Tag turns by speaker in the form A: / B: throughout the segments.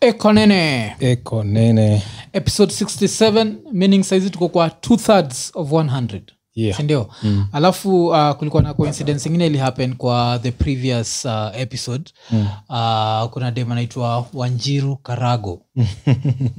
A: ekonene
B: eko nene
A: episode 67 meaning saizi tuko kwa two thirds of 100
B: Yeah.
A: sindio mm. alafu uh, kulikuwa na coincidence ingine ilihappen kwa the previous uh, episode mm. uh, kuna dem anaitwa wanjiru karago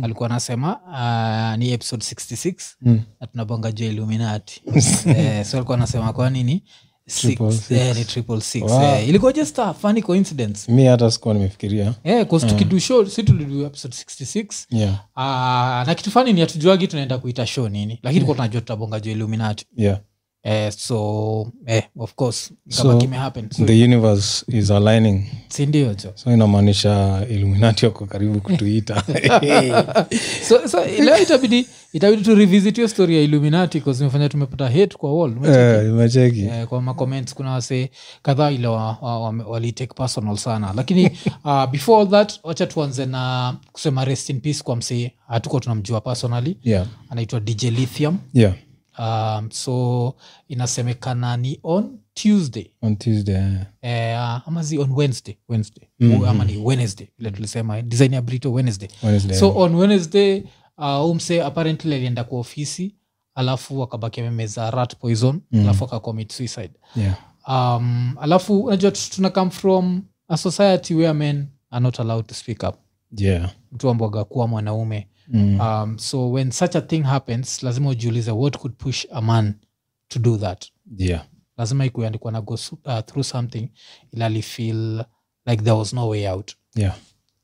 A: alikuwa anasema uh, ni episode 66 mm. na tunabonga jua illuminati eh, so alikuwa anasema kwa nini Six, eh, ni triple six, eh. ilikuwa just a funny coincidence
B: mi hata sikuwa nimefikiria
A: Eh, 'cause tukidu show si tulidu episode 66
B: yeah.
A: Ah, na kitu fani ni hatujuagi tunaenda kuita show nini lakini
B: Mm.
A: kwa tunajua tutabonga juu illuminati
B: Yeah.
A: eh, so eh, of course kama
B: So,
A: kime happen so,
B: the universe is aligning
A: sindio jo
B: so inamaanisha illuminati wako karibu kutuita
A: so, so leo itabidi itabidi tu revisit hiyo story ya illuminati cause imefanya tumepata hate kwa wall Umecheck?
B: Eh, imecheki
A: eh, kwa macomments kuna wasee kadhaa ile wa, wa, wa, walitake personal sana lakini uh, before all that wacha tuanze na kusema rest in peace kwa msee hatuko tunamjua personally
B: yeah.
A: anaitwa dj lithium
B: yeah.
A: um, so inasemekana ni on tuesday
B: on tuesday eh.
A: eh, ama zi on wednesday wednesday U- ama ni wednesday vile tulisema eh, design ya brito wednesday
B: Wednesday.
A: so on wednesday uh, umse apparently alienda kwa ofisi alafu akabaki amemeza rat poison mm. alafu akacommit suicide
B: yeah.
A: um, alafu unajua tu- tuna come from a society where men are not allowed to speak up
B: yeah.
A: mtu ambwaga kuwa mwanaume
B: Mm.
A: um, so when such a thing happens lazima ujiulize what could push a man to do that
B: yeah.
A: lazima ikuandikwa na go su- uh, through something ila alifeel like there was no way out
B: yeah.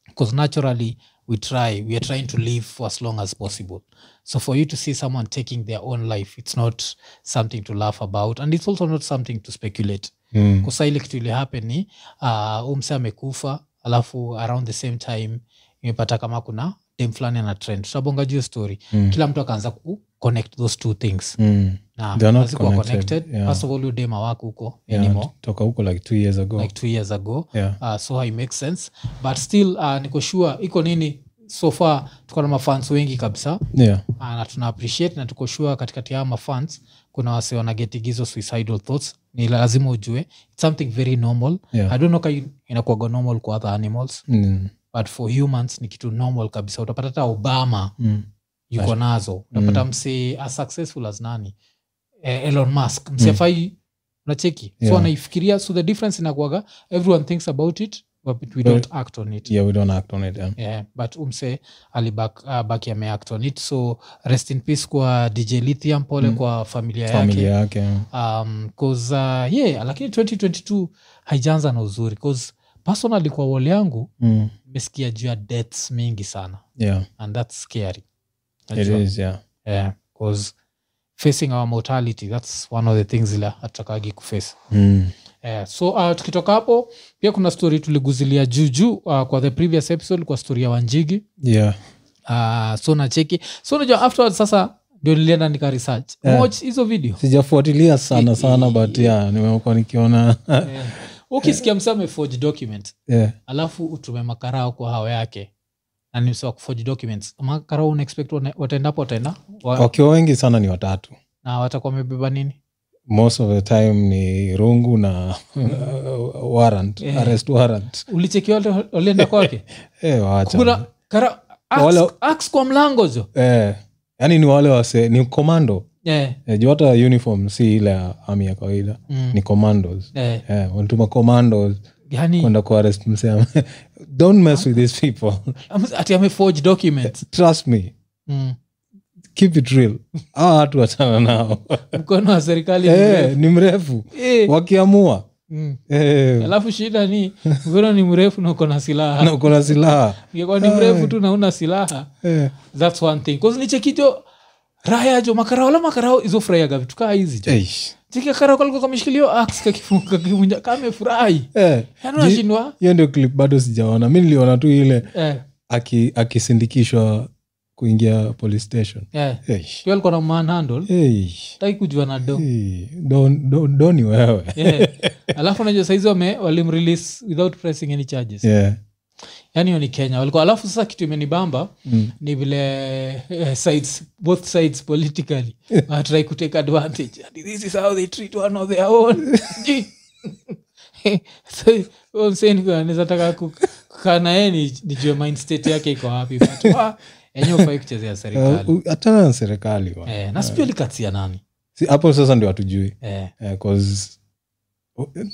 A: because naturally we try we are trying to live for as long as possible so for you to see someone taking their own life it's not something to laugh about and it's also not something to speculate
B: Mm.
A: kusa ile kitu ile happen ni uh, umse amekufa alafu around the same time imepata kama kuna dem fulani ana trend tutabonga juu hiyo story
B: Mm.
A: kila mtu akaanza ku connect those two things
B: Mm.
A: na
B: They are not
A: hazikuwa
B: connected,
A: connected
B: yeah.
A: first of all huyo dem awako huko anymore
B: Yeah. toka huko like two years ago
A: like two years ago
B: yeah.
A: uh, so it makes sense but still uh, niko sure iko nini so far tuko na mafans wengi kabisa
B: Yeah.
A: uh, na tuna appreciate na tuko sure katikati ya mafans kuna wase wanagetigizo suicidal thoughts ni lazima ujue It's something very normal
B: Yeah.
A: i don't know kai inakuwaga normal kwa other animals
B: Mm.
A: but for humans ni kitu normal kabisa utapata hata obama
B: Mm.
A: yuko nazo utapata msee as successful as nani eh, elon musk msee afai unacheki so
B: Mm. Yeah.
A: anaifikiria so the difference inakuaga everyone thinks about it but we don't act on it
B: yeah we don't act on it yeah.
A: yeah, but umse alibaki uh, ameact on it so rest in peace kwa dj lithium pole kwa familia,
B: Mm. familia
A: yake
B: yake yeah.
A: um, cause, uh, yeah, lakini 2022 haijaanza na uzuri bcause personally kwa wall yangu
B: Mm.
A: mesikia juu ya deaths mingi sana
B: yeah.
A: and that's scary
B: it
A: Najua.
B: is yeah.
A: yeah, 'cause facing our mortality that's one of the things ila hatukagi kuface
B: Mm.
A: yeah, so uh, tukitoka hapo pia kuna story tuliguzilia juu juu uh, kwa the previous episode kwa story ya wanjigi
B: yeah
A: uh, so nacheki so unajua afterwards sasa ndio nilienda nika research
B: Yeah.
A: watch hizo video
B: sijafuatilia sana sana but yeah nimekuwa nikiona
A: Eh, ukisikia msa ameforge document
B: yeah.
A: alafu utume makarao kwa hao yake na ni msa wa kuforge documents makarao unaexpect wana- wataenda hapo wataenda wa,
B: wakiwa wengi sana ni watatu
A: na watakuwa wamebeba nini
B: most of the time ni rungu na warrant arrest warrant
A: ulicheki wale walienda kwake
B: eh waacha
A: kuna kara
B: Wale-
A: ax, ax kwa mlango jo
B: eh yani ni wale wase ni commando
A: eh,
B: eh, juu hata uniform si ile ya ami ya kawaida
A: Mm.
B: ni commandos
A: eh,
B: eh walituma commandos
A: yani
B: kwenda kuarrest msema don't mess with these people
A: ati ameforge documents
B: trust me
A: mm.
B: keep it real hawa watu wachana nao
A: mkono wa serikali ni mrefu.
B: eh, ni mrefu
A: Eh,
B: wakiamua
A: mm.
B: eh,
A: alafu shida ni mkono ni mrefu na uko na silaha
B: na uko na silaha
A: ingekuwa ni mrefu tu nauna silaha
B: eh.
A: thats one thing bcause nichekijo raya jo makarao la makarao izofurahiaga vitu kaa hizi jo
B: Eish.
A: chikikarao kalikuwa kameshikilio ax kakimunja kamefurahi
B: Eh,
A: yani Yaani unashindwa
B: hiyo ndio clip bado sijaona mi niliona tu ile
A: eh,
B: aki- akisindikishwa kuingia police station
A: eh.
B: Eish.
A: Yo alikuwa na
B: Eh.
A: manhandle
B: Eish.
A: taki kujua na do
B: Eh, Don- Don- doni wewe
A: yeah. alafu najua saizi wame walimrelease without pressing any charges
B: Yeah.
A: yani hiyo ni kenya walikuwa alafu sasa kitu imenibamba
B: Mm.
A: ni vile eh, sides both sides politically wanatry kutake advantage and this is how they treat one of their own Ji. so huyo msee niko anaweza taka ku- kukaa naye ni- nijue mind state yake iko wapi But, wa, enyewe ufai kuchezea serikali
B: Uh, hatana na serikali bwana.
A: eh, na sijui alikatia nani
B: Si- hapo sasa ndio hatujui
A: eh.
B: Eh, 'cause- oh, eh,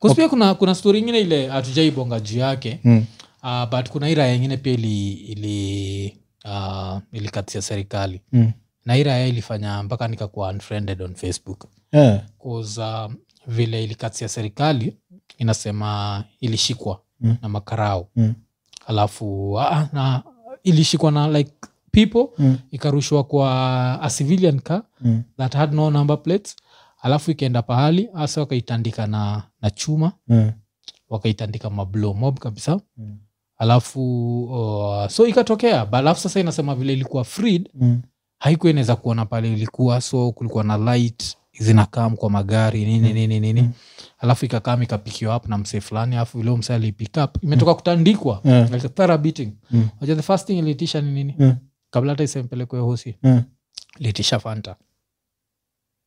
A: Cause pia kuna, kuna stori ingine ile hatujaibonga juu yake
B: mm,
A: uh, but kuna iraya ingine pia ili, ili uh, ilikatia serikali
B: mm.
A: na iraya ilifanya mpaka nikakuwa unfriended on facebook
B: Eh,
A: Cause, uh, vile ilikatia serikali inasema ilishikwa
B: Mm.
A: na makarao
B: Mm.
A: alafu ah, na ilishikwa na like people
B: mm,
A: ikarushwa kwa a civilian car
B: mm,
A: that had no number plates alafu ikaenda pahali hasa wakaitandika na, na chuma
B: eh,
A: wakaitandika mablow mob kabisa
B: Mm.
A: alafu uh, so ikatokea Ba- alafu sasa inasema vile ilikuwa freed
B: mm,
A: haikuwa inaweza kuona pale ilikuwa so kulikuwa na light zinakam kwa magari nini nini nini
B: Mm.
A: alafu ikakam ikapikiwa up na msee fulani alafu vile msee alipick up imetoka kutandikwa
B: eh,
A: like a thorough beating
B: Mm.
A: Wajua the first thing iliitisha ni nini
B: Mm.
A: kabla hata isempelekwe hosi
B: eh.
A: iliitisha fanta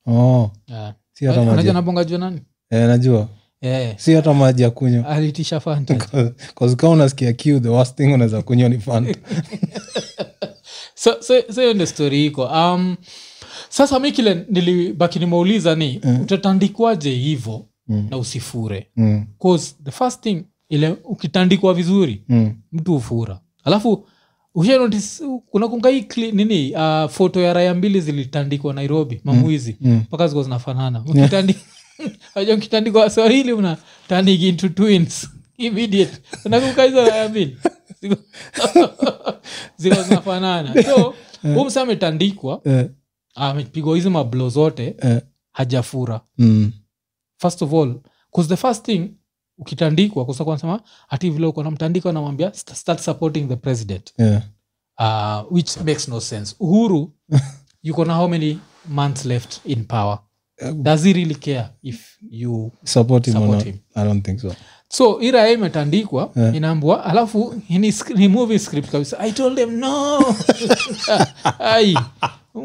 B: Oh,
A: Yeah.
B: si hata maji
A: unajua
B: ya-
A: nabonga juu nani
B: eh, najua
A: Eh,
B: si hata maji ya kunywa
A: aliitisha fanta
B: kazika unasikia kiu the worst thing unaweza kunywa ni fanta
A: so so- so hiyo ndio story iko um, sasa mi kile nilibaki nimeuliza ni
B: Mm.
A: utatandikwaje hivo
B: Mm,
A: na usifure
B: mm,
A: cause the first thing ile ukitandikwa vizuri
B: mm,
A: mtu ufura alafu usha notice kuna kunga hii cli- nini uh, foto ya raya mbili zilitandikwa nairobi mamuizi
B: mm.
A: mpaka zikuwa zinafanana Ukitandi- Wajua mkitandikwa waswahili mna turning into twins immediate unakumbuka hizo raya mbili Ziko- zikuwa zinafanana so huu msa ametandikwa
B: Eh,
A: amepigwa hizi mablo zote
B: eh,
A: hajafura
B: mm,
A: first of all cause the first thing ukitandikwa kusakuanasema hati vile uko namtandika namwambia "St- start supporting the president
B: eh,
A: uh, which makes no sense uhuru yuko na how many months left in power does he really care if you
B: support him or
A: Support
B: not?
A: him.
B: I don't think so.
A: so ira yeye imetandikwa
B: Eh.
A: inaambua alafu ni, sc- ni movie script kabisa i told them no ai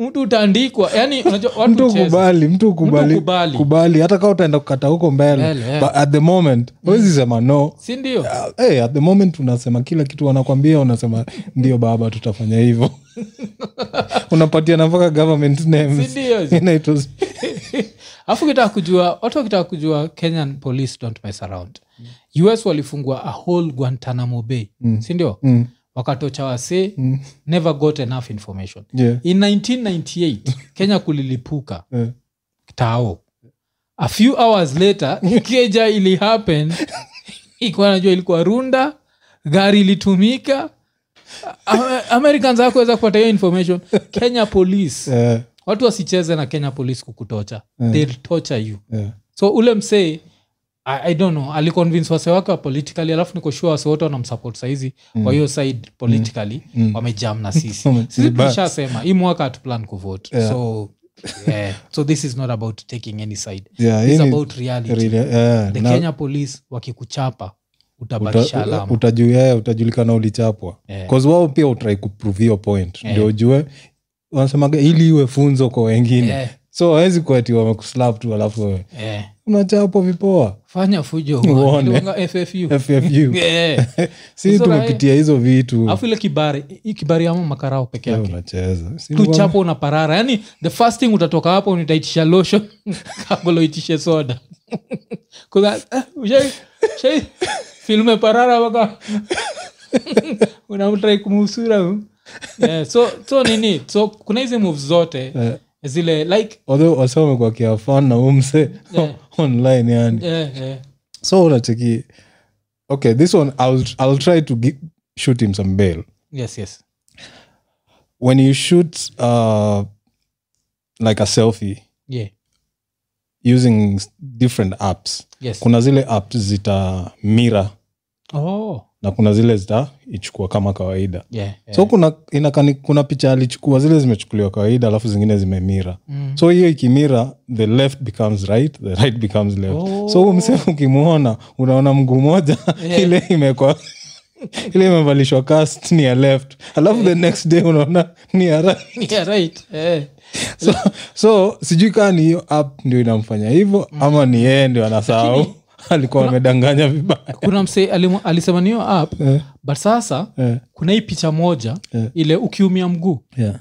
A: mtu utaandikwa yani unajua watu
B: mtu
A: ucheza.
B: kubali mtu kubali
A: Mtu kubali.
B: kubali hata kaa utaenda kukata huko mbele
A: Mbele, yeah. Mm.
B: but at the moment huwezi sema no
A: si ndio
B: Uh, hey, at the moment unasema kila kitu wanakwambia unasema ndio baba tutafanya hivyo unapatia nafaka government
A: si
B: names
A: ndio
B: inaitwa
A: alafu kitaka kujua watu wakitaka kujua kenyan police don't mess around us walifungua a whole guantanamo bay
B: Mm.
A: sindio
B: Mm,
A: wakatocha wase
B: mm,
A: never got enough information
B: yeah,
A: in 1998 kenya kulilipuka
B: eh,
A: tao a few hours later keja ili happen ikuwa najua ilikuwa runda gari ilitumika A- americans hakuweza kupata hiyo information kenya police
B: eh,
A: watu wasicheze na kenya police kukutocha
B: Mm.
A: they'll torture you
B: eh,
A: so ule msee I, i don't know aliconvince wase wake wa politically alafu niko sure wase wote wanamsupport saizi kwa hiyo side politically
B: Mm.
A: wamejam na sisi
B: Wame-
A: sisi
B: ni bats.
A: tulishasema hii mwaka hatuplan kuvote
B: Yeah.
A: so yeah. so this is not about taking any side
B: yeah,
A: It's
B: hii ni
A: about reality
B: really, eh,
A: the
B: na
A: kenya police wakikuchapa
B: uta-
A: utabakisha alama
B: utajui- eh, utajulikana ulichapwa
A: Eh.
B: bcause wao pia utrai kuprove hiyo point
A: Eh.
B: ndio ujue wanasemaga ili iwe funzo kwa wengine
A: Eh,
B: so wawezi kuati wamekuslap tu alafu wewe
A: eh.
B: unachapwa vipoa
A: fanya fujo
B: Uone.
A: Iliwanga ffu
B: ffu
A: Eh.
B: si
A: Hizo raia-
B: tumepitia hizo vitu
A: alafu ile kibari hii kibari ama makarao peke
B: Wewe
A: yake
B: unacheza Si
A: tu
B: ngoma?
A: chapo una parara yani the first thing utatoka hapo nitaitisha losho kabla uitishe soda Kuna- eh, ushai- ushai- filme parara waka unamtrai kumhusura huyu. Eh, so so nini so kuna hizi move zote
B: Eh.
A: zile like
B: although wase wamekuwa kiafan na umse
A: Yeah.
B: online yani
A: eh, eh,
B: so unacheki okay this one i'll, I'll try to gi- shoot him some bail
A: yes yes
B: when you shoot uh, like a selfie
A: yeah
B: using s- different apps
A: yes
B: kuna zile apps zita mira
A: oh
B: na kuna zile zitaichukua kama kawaida
A: yeah, yeah.
B: so kuna inakani, kuna picha alichukua zile zimechukuliwa kawaida alafu zingine zimemira
A: Mm.
B: so hiyo ikimira the left becomes right the right becomes left
A: Oh.
B: so msee ukimwona unaona mguu moja
A: Yeah.
B: ile imekwa ile imevalishwa cast ni ya left alafu the next day unaona ni ya right
A: yeah, right eh.
B: Mm. so, so sijui kaa ni hiyo app ndio inamfanya hivyo ama ni yeye ndio anasahau alikuwa amedanganya vibaya
A: kuna mse alimu- alisema niyo app
B: Eh,
A: but sasa
B: eh,
A: kuna hii picha moja
B: Eh.
A: ile ukiumia mguu
B: yeah,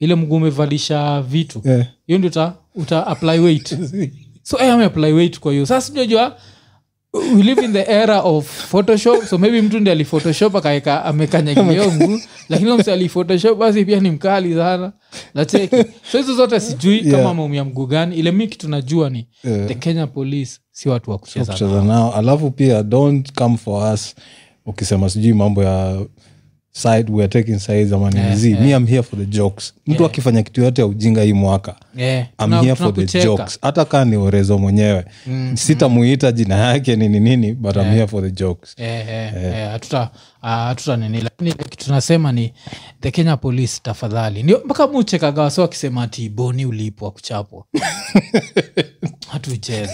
A: ile mguu umevalisha vitu
B: eh.
A: hiyo ndio uta, uta apply weight so eh, ame apply weight kwa hiyo sasa sijajua we live in the era of photoshop so maybe mtu ndi aliphotoshop akaeka amekanyagilio mguu lakini msi aliphotoshop basi pia ni mkali sana nacheki so hizo zote sijui
B: Yeah.
A: kama ameumia mguu gani ile mi kitu najua ni
B: Yeah.
A: the kenya police si watu wa kucheza nao.
B: kucheza nao alafu pia don't come for us ukisema sijui mambo ya side we are taking sides ama nini zi me i'm here for the jokes mtu akifanya kitu yote ya ujinga hii mwaka
A: Yeah,
B: I'm
A: Eh, tuna-
B: here for the
A: tunakucheka.
B: jokes hata kaa ni orezo mwenyewe sitamuita jina yake nini nini but i'm here for the jokes
A: Eh, eh, eh, hatuta ah, hatuta nini lakini ile kitu tunasema ni the kenya police tafadhali ndio mpaka muchekaga wasi wakisema ati boni ulipwa kuchapwa hatucheza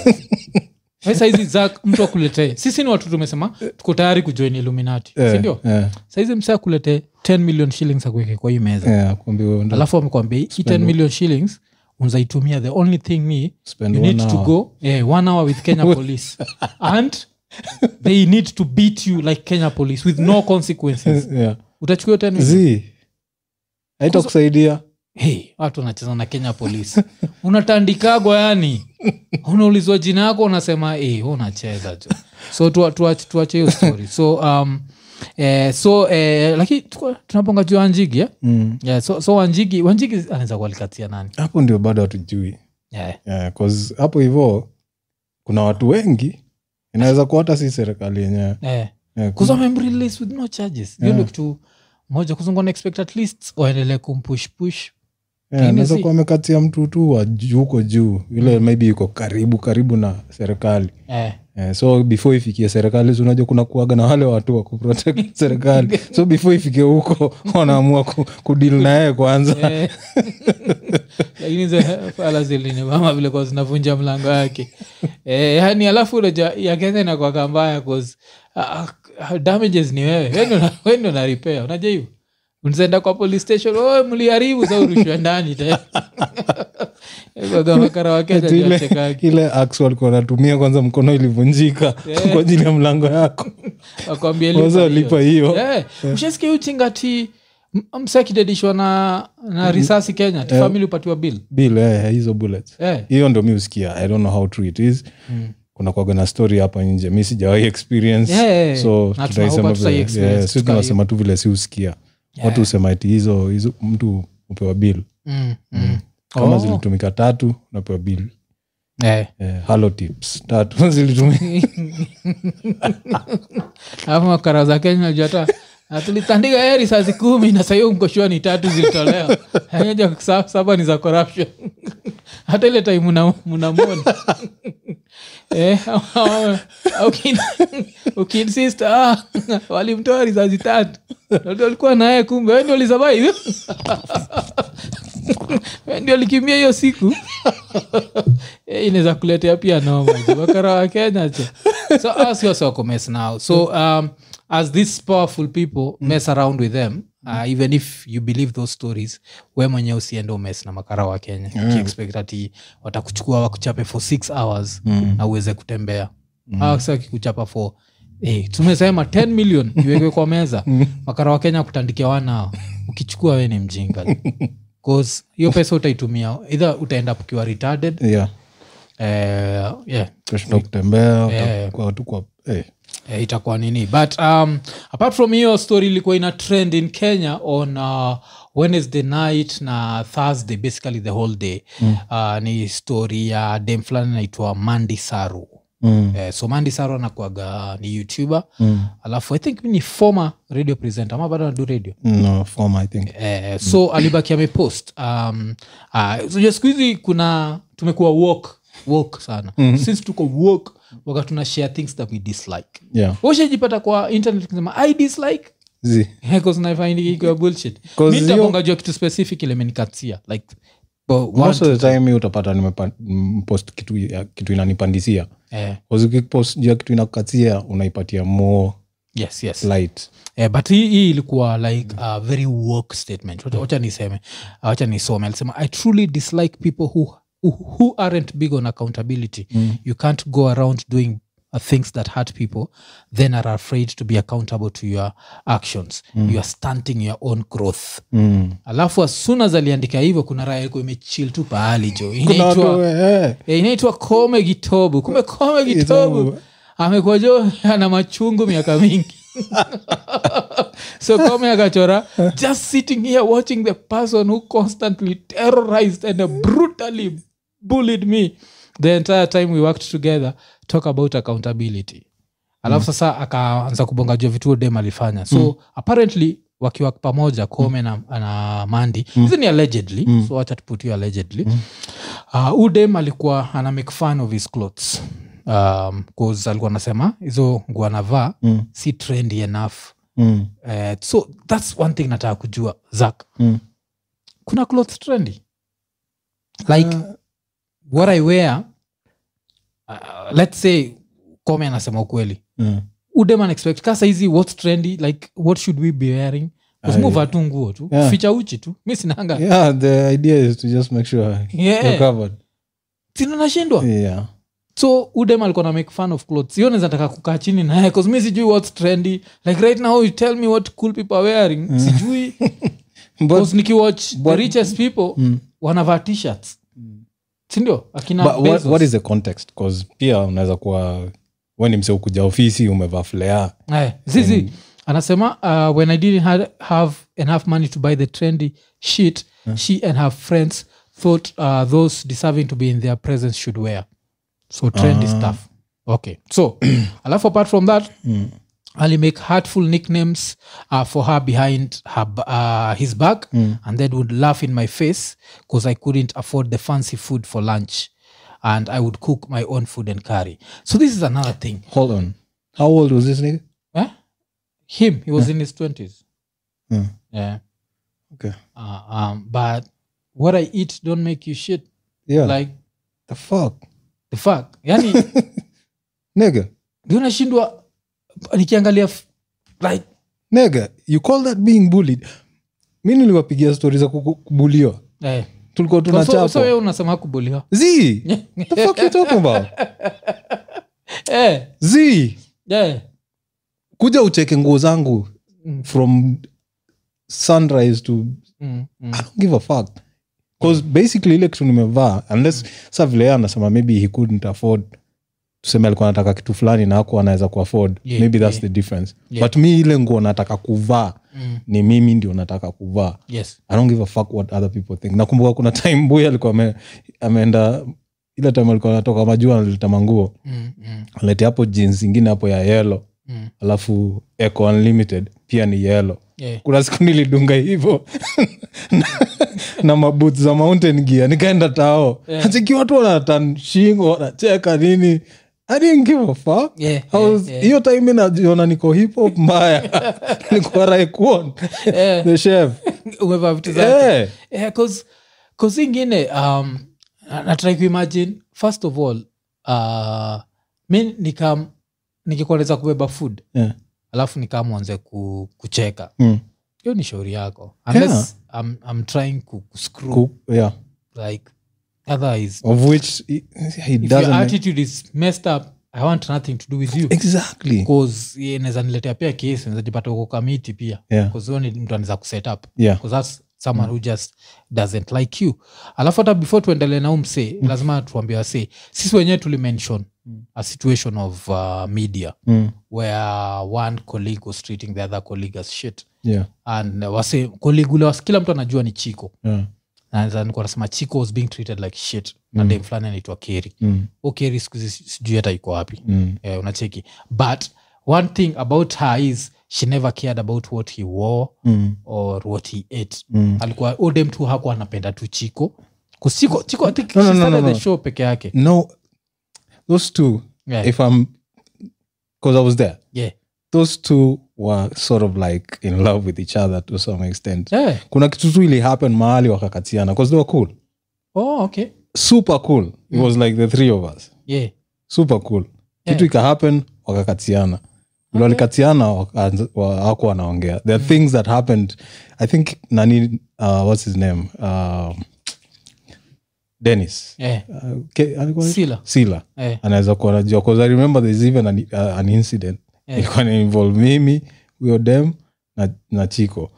A: saizi za mtu akuletee sisi ni watu tumesema tuko tayari kujoin illuminati
B: Eh,
A: sindio
B: eh,
A: saizi mse akuletee 10 million shillings akuweke kwa hii meza
B: eh, akwambie wewe ndo
A: Mm. alafu amekwambia hii 10 million shillings unzaitumia the only thing ni
B: spend
A: you
B: one
A: need to
B: hour.
A: go yeah, one hour with kenya police and they need to beat you like kenya police with no consequences
B: Yeah.
A: utachukua tena
B: Zii, haitakusaidia
A: hey, watu wanacheza na kenya police unatandikagwa yani unaulizwa jina yako unasema hey, unacheza jo so tuache tua, tuache hiyo story so um, eh, so eh, lakini tuko- tunaponga juu ya wanjigi eh?
B: Mm.
A: yeah, so, so wanjigi wanjigi anaweza kualikatia nani
B: hapo ndio bado hatujui
A: yeah.
B: Yeah, 'cause hapo hivo kuna watu wengi inaweza kuwa hata si serikali yenyewe
A: eh.
B: Yeah,
A: Kwa sababu
B: kuna-
A: amemrelease with no charges hiyo ndio
B: Yeah.
A: kitu moja Kwa sababu wanaexpect at least waendelee kumpushpush
B: yeah,
A: Lakini
B: inaweza
A: si-
B: kuwa amekatia mtu tu wa juu- huko juu ile maybe yuko karibu karibu na serikali
A: eh.
B: Eh, so before ifikie serikali si unajua kuna kuaga na wale watu wa kuprotect serikali so before ifikie huko wanaamua ku, kudil naye kwanza
A: Eh. lakini za- pala zilinimama vile kwa zinavunja mlango yake eh, yani alafu unaja- ya kenya inakwaka mbaya 'cause, ah, ah, damages ni wewe Wewe ndio una- wewe ndio na repair unajua hiyo unazaenda kwa police station "Oh, mliharibu sa urushwe ndani tena Kwa makara wa Kenya
B: Ati
A: ndio
B: ile,
A: wachekagi.
B: ile axe walikuwa wanatumia kwanza mkono ilivunjika kwa ajili ya mlango yako
A: Wakwambie lipa
B: kwanza
A: hiyo.
B: walipa hiyo
A: Eh, mshasikia hiyo uchinga ti msakidedishwa na, na risasi kenya ti famili upatiwa bill
B: bill eh, hizo bullets
A: eh.
B: hiyo ndo mi husikia i don't know how true it is kuna kwaga na story hapa nje mi sijawahi experience
A: Hmm. Yeah, yeah, yeah.
B: so
A: Na
B: tunaisema
A: tunahomba
B: vile-
A: tutai experience,
B: yeah, si
A: tukai-
B: tunasema tu vile si husikia watu husema ati hizo hizo mtu upewa bill
A: Mm, mm.
B: kama
A: Oh.
B: zilitumika tatu unapewa bill
A: Eh.
B: eh, halo tips tatu zilitumika
A: alafu makara za kenya najua hata "Ah, tulitandika heri sazi kumi na sahio mkoshua ni tatu zilitolewa Haja sa- saba ni za corruption hata ile time mna- mnamwona Eh, au- au ukin- ukiinsist ah, walimtoa rizazi tatu Ndio walikuwa naye kumbe we ndio ulisabai we ndio likimbia hiyo siku Eh, inaweza kuletea pia nomakara wa kenya cho so ah, us yourself commence now so um, as these powerful people mess around with them uh, even if you believe those stories we mwenyewe usiende umes na makara wa kenya ukiexpect ati watakuchukua wakuchape for six hours na uweze kutembea mm. kikuchapa for eh, tumesema 10 million iwekwe kwa meza makara wa kenya kutandikia wanao ukichukua we ni mjinga 'Cause hiyo pesa utaitumia either utaenda ukiwa retarded
B: yeah
A: eh, yeah,
B: tunashinda kutembea
A: Yeah.
B: kwa watu kwa eh.
A: eh, itakuwa nini but um, apart from hiyo story ilikuwa ina trend in kenya on uh, wednesday night na thursday basically the whole day mm. uh, ni story ya dem fulani inaitwa mandi saru
B: mm.
A: eh, so mandi saru anakuaga ni youtuber
B: Mm.
A: alafu i think ni former radio presenter ama bado anadu radio
B: no form i think
A: eh, so
B: Mm.
A: alibaki amepost um, uh, so siku hizi kuna tumekuwa walk walk sana mm-hmm. since tuko walk wakati tuna share things that we dislike
B: yeah
A: ushajipata kwa internet ukisema i dislike
B: zi
A: naifaindikiwa bullshit
B: 'Cause
A: mi
B: hiyo-
A: ntabongajua kitu specific ile imenikatia like bo-
B: most
A: one-
B: of the time mi utapata nimepa- mm, post kitu, ya- kitu inanipandisia
A: eh,
B: ukipost juu ya kitu inakatia unaipatia more
A: yes yes
B: light
A: eh, but hii, hii ilikuwa like a very work statement Wacha- wacha niseme wacha nisome alisema i truly
B: Mm.
A: dislike people who, who, who aren't big on accountability you can't go around doing uh, things that hurt people then are afraid to be accountable to your actions mm. you are stunting your own growth
B: mm.
A: alafu as soon as aliandika hivyo kuna raha ilikuwa imechill tu pahali jo
B: kuna watu
A: inaitwa
B: eh,
A: Eh, inaitwa kome gitobu kumbe kome gitobu
B: Gitobu.
A: amekuwa jo ana machungu miaka mingi so kome akachora just sitting here watching the person who constantly terrorized and brutally bullied me the entire time we worked together talk about accountability alafu sasa akaanza kubonga jua vituo dem alifanya so apparently wakiwa pamoja kome na, na mandi mm. ni allegedly so wacha tuputie allegedly mm uh, udem alikuwa ana make fun of his clothes um, 'cause alikuwa anasema hizo nguo anavaa
B: Mm.
A: si trendy enough
B: mm,
A: uh, so thats one thing nataka kujua zak
B: mm.
A: kuna clothes trendy like
B: Ah,
A: what i wear uh, let's say kome anasema ukweli
B: mm.
A: udem anexpect ka saizi whats trendy like what should we be wearing usimuvaa tu nguo tu
B: Yeah.
A: ficha uchi tu mi sinanga yeah.
B: yeah the idea is to just make sure you're covered
A: sinanashindwa
B: yeah
A: so udem alikuwa na make fun of clothes hiyo naweza taka kukaa chini naye bcause mi sijui what's trendy like right now you tell me what cool people are wearing sijui
B: Mm. but,
A: 'Cause nikiwatch the
B: but-
A: richest people
B: Mm.
A: wanavaa t-shirts sindio akina
B: but what,
A: Bezos.
B: what is the context bcause pia unaweza kuwa we ni mse ukuja ofisi umevaa flea
A: Eh, zizi
B: Mm.
A: anasema uh, when i didn't had, have enough money to buy the trendy shit she and her friends thought uh, those deserving to be in their presence should wear so trendy
B: Ah.
A: stuff okay so alafu apart from that
B: Mm.
A: ali make hurtful nicknames uh, for her behind her, b- uh, his back
B: Mm.
A: and then would laugh in my face because i couldn't afford the fancy food for lunch and i would cook my own food and curry so this is another thing
B: hold on how old was this nigga
A: Eh? Him, he
B: Hmm.
A: was in his twenties.
B: Mm.
A: Yeah.
B: okay
A: Uh, um, but what I eat don't make you shit.
B: yeah
A: Like
B: the fuck
A: the fuck. Yani
B: nigga
A: ndio nashindwa nikiangalia f- like
B: nigga you call that being bullied mi niliwapigia stori za kuku- kubuliwa
A: eh.
B: tulikuwa
A: so, so
B: tunachapa
A: wewe unasema kubuliwa.
B: z the fuck you talking about
A: Eh,
B: z
A: eh.
B: kuja ucheke nguo zangu
A: Mm.
B: from sunrise to
A: Mm, mm.
B: I don't give a fuck bcause basically ile kitu nimevaa unless sa vile yeye anasema maybe he couldn't afford tuseme alikuwa anataka kitu fulani na aku anaweza kuafford
A: Yeah,
B: maybe that's
A: yeah.
B: the difference
A: Yeah.
B: but mi ile nguo nataka kuvaa
A: Mm.
B: ni mimi ndio nataka kuvaa
A: Yes.
B: i don't give a fuck what other people think nakumbuka kuna time boy alikuwa ame, ameenda ile time alikuwa anatoka majua analeta manguo
A: Mm, mm,
B: alete hapo jeans ingine hapo ya yelo
A: mm.
B: alafu eco unlimited pia ni yelo
A: Yeah.
B: kuna siku nilidunga hivyo na, na mabut za mountain gear nikaenda tao
A: Yeah.
B: achiki watu wanatan shingo wanacheka nini I didn't give a fuck.
A: Yeah,
B: I
A: yeah,
B: was-
A: yeah.
B: hiyo time mi najiona niko hip hop mbaya nilikuwa raikuon
A: Eh.
B: the chef
A: Umevaa vitu zake.
B: Eh.
A: yeah, cause, cause ingine um, na- natry kuimagine first of all uh, mi nikam nikikueleza kubeba food
B: Yeah.
A: alafu nikamwanze ku, kucheka
B: Mm.
A: hiyo ni shauri yako
B: Yeah.
A: unless I'm, I'm trying ku, ku screw
B: Cool. Yeah.
A: like otherwise
B: of which he, he
A: if your
B: doesn't
A: attitude is messed up i want nothing to do with you
B: exactly
A: cause yeah, inaweza niletea pia kesi naweza jipata uko kamiti pia
B: yeah
A: Cause huyo ni mtu anaweza kuset up
B: yeah
A: because that's someone who just doesn't like you alafu hata before tuendelee na umse lazima tuambie wase sisi wenyewe tulimention
B: Mm.
A: a situation of uh, media
B: mm.
A: where one colleague was treating the other colleague as shit
B: yeah
A: and uh, wase colleague ule wase kila mtu anajua ni chiko
B: yeah
A: nasema chiko was being treated like shit na
B: Mm.
A: dem fulani anaitwa Oh, keri
B: mm.
A: o keri sikuzi sijui hata iko wapi
B: Mm.
A: eh, unacheki but one thing about her is she never cared about what he wore
B: Mm.
A: or what he ate
B: Mm.
A: alikuwa odem tu hakuwa anapenda tu chiko kusiko chiko I think
B: No, no,
A: she
B: no,
A: started
B: no, no.
A: the show peke yake Eh.
B: no those two
A: yeah.
B: if i'm because i was there
A: yeah.
B: those two were sort of like in love with each other to some extent
A: yeah.
B: kuna kitu tu ili happen mahali wakakatiana because they were cool
A: oh, okay
B: super cool it was like the three of us
A: yeah.
B: super cool kitu
A: Mm. Yeah.
B: ika happen wakakatiana
A: Okay.
B: vile walikatiana wakaanza- wa- hawakuwa wanaongea there are things that happened i think nani uh, what's his name uh, Um, dennis
A: eh,
B: uh, ke, alikuwa anaitwa-
A: Sila.
B: sila
A: eh,
B: anaweza kuwa najua bcause i remember there's even an, uh, an incident
A: Eh.
B: ilikuwa yeah. involve mimi huyo dem na, na chiko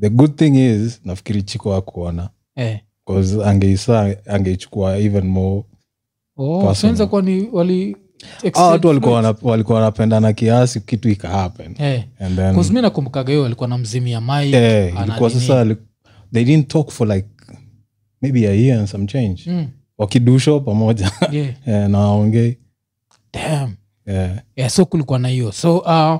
B: the good thing is nafikiri chiko akuona
A: eh.
B: bcause angeisa angeichukua even more
A: Oh,
B: Personal.
A: so inaweza kuwa ni wali
B: Ah, watu walikuwa wana- walikuwa wanapendana kiasi kitu ikahappen
A: Eh,
B: and then
A: 'cause mi nakumbukaga hiyo alikuwa namzimia mai
B: eh, ilikuwa
A: ananini.
B: sasa li- they didn't talk for like maybe a year and some change
A: Mm,
B: wakidusho pamoja
A: yeah.
B: eh, na waongei
A: Damn.
B: eh,
A: yeah, so kulikuwa na hiyo so uh,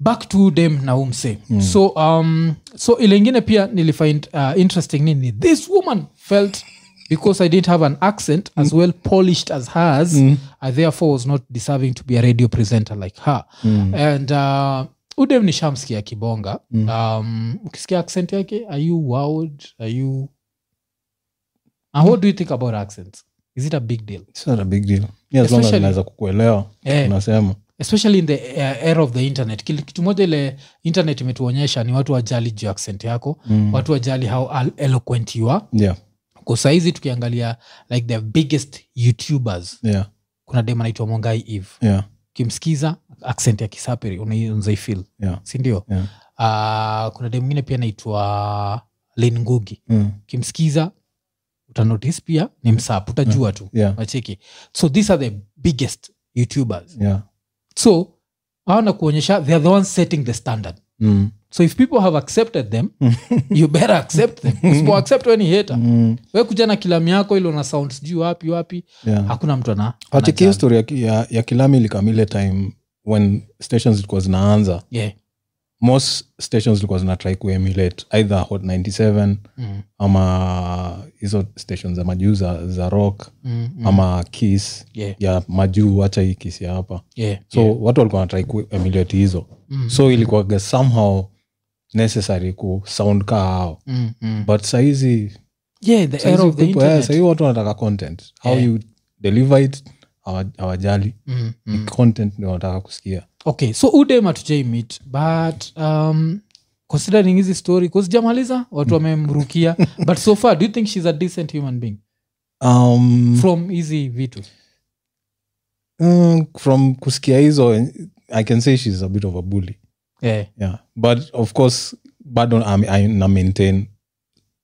A: back to dem na umse mm. so um, so ile ingine pia nilifind uh, interesting nini this woman felt because i didn't have an accent as well polished as hers mm. i therefore was not deserving to be a radio presenter like her mm. and uh, udem ni shamskia kibonga mm. um, ukisikia accent yake are you wowed are you and what do you think about accents is it a big deal
B: it's not a big deal yeah, as long as
A: Especially-
B: naweza kukuelewa
A: Eh.
B: unasema
A: especially in the uh, era of the internet Kil- kitu moja ile internet imetuonyesha ni watu wajali juu ya accent yako mm. watu wajali how al- eloquent you are
B: yeah,
A: kwa sahizi tukiangalia like the biggest youtubers
B: yeah,
A: kuna dem anaitwa mongai eve
B: yeah,
A: ukimsikiza accent ya kisapiri unai- unzaifil
B: yeah,
A: sindio
B: yeah.
A: uh, kuna dem mwingine pia anaitwa lin ngugi
B: Mm,
A: ukimsikiza utanotice pia ni msap utajua tu
B: yeah,
A: wacheki so these are the biggest youtubers
B: yeah.
A: so hawana kuonyesha they are the ones setting the standard
B: Mm,
A: so if people have accepted them you better accept them usipo accept weni hater
B: mm,
A: we kuja na kilamu yako ilo na sound sijuu wapi wapi
B: yeah.
A: hakuna mtu ana
B: acheki
A: anajali.
B: history ya, ki- ya, ya kilami likamile time when stations zilikuwa zinaanza
A: yeah.
B: most stations zilikuwa zinatrai kuemulate either hot 97
A: mm,
B: ama hizo station za majuu za, za rock
A: mm, mm.
B: ama kiss
A: yeah.
B: ya majuu wacha hii kiss ya hapa
A: yeah.
B: so
A: yeah.
B: watu walikuwa wanatrai kuemulate hizo
A: Mm,
B: so ilikuwaga somehow necessary ku sound kaa hao
A: mm, mm.
B: but sahizi
A: yeah the era of the internet
B: sahii eh, watu wanataka content how
A: Yeah.
B: you deliver it hawa- hawajali
A: mm, mm.
B: Ni content ndio wanataka kusikia
A: okay so udem hatujaimit but um, considering hizi story kusijamaliza watu wamemrukia but so far do you think she's a decent human being
B: um,
A: from hizi vitu
B: mm, from kusikia hizo i can say she's a bit of a bully
A: yeah.
B: yeah but of course bado am- I- na maintain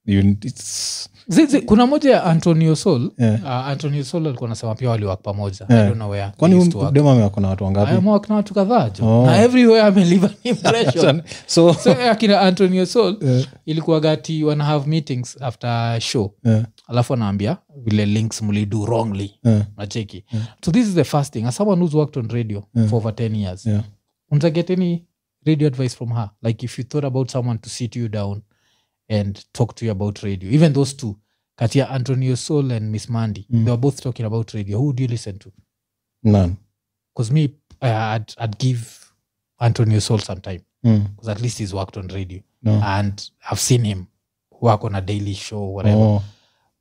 B: you- it's-
A: Zizi, kuna moja ya antonio sol
B: Yeah.
A: uh, antonio sol alikuwa anasema pia waliwak pamoja
B: Yeah.
A: I don't know where
B: kwani
A: they
B: huyu
A: used to work.
B: dem amewako na
A: I
B: watu wangapi
A: am work na watu kadhaa jo
B: Oh.
A: na everywhere ameliva ni impression
B: so
A: Ah, so eh, akina antonio sol
B: eh,
A: ilikuwa gati wana have meetings after show
B: eh,
A: alafu anaambia vile links mlidu wrongly
B: eh,
A: nacheki so this is the first thing as someone who's worked on radio for over 10 years
B: yeah.
A: unza get any radio advice from her like if you thought about someone to sit you down and talk to you about radio even those two katia antonio sol and miss mandy
B: Mm.
A: they were both talking about radio who do you listen to
B: None.
A: because me uh, I'd, I'd give antonio sol some time
B: Mm.
A: because at least he's worked on radio
B: No.
A: and i've seen him work on a daily show whatever
B: Oh.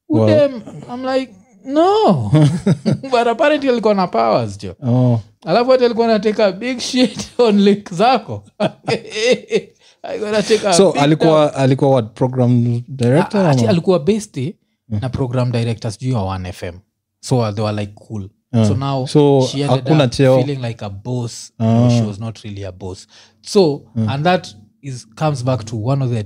A: Who
B: well-
A: them? i'm like no but apparently alikuwa na powers jo
B: Oh.
A: alafu hata alikuwa anateka big shit on link zako Alikuwa anateka
B: so
A: big
B: alikuwa alikuwa what program director
A: Ah, ati
B: ama? Mm.
A: alikuwa besti na program directors juu ya 1fm so they were like cool
B: Ah.
A: so now
B: So,
A: she ended
B: hakuna
A: up
B: cheo. Ah.
A: feeling like a boss no, she was not really a boss so
B: Mm.
A: and that is comes back to one of the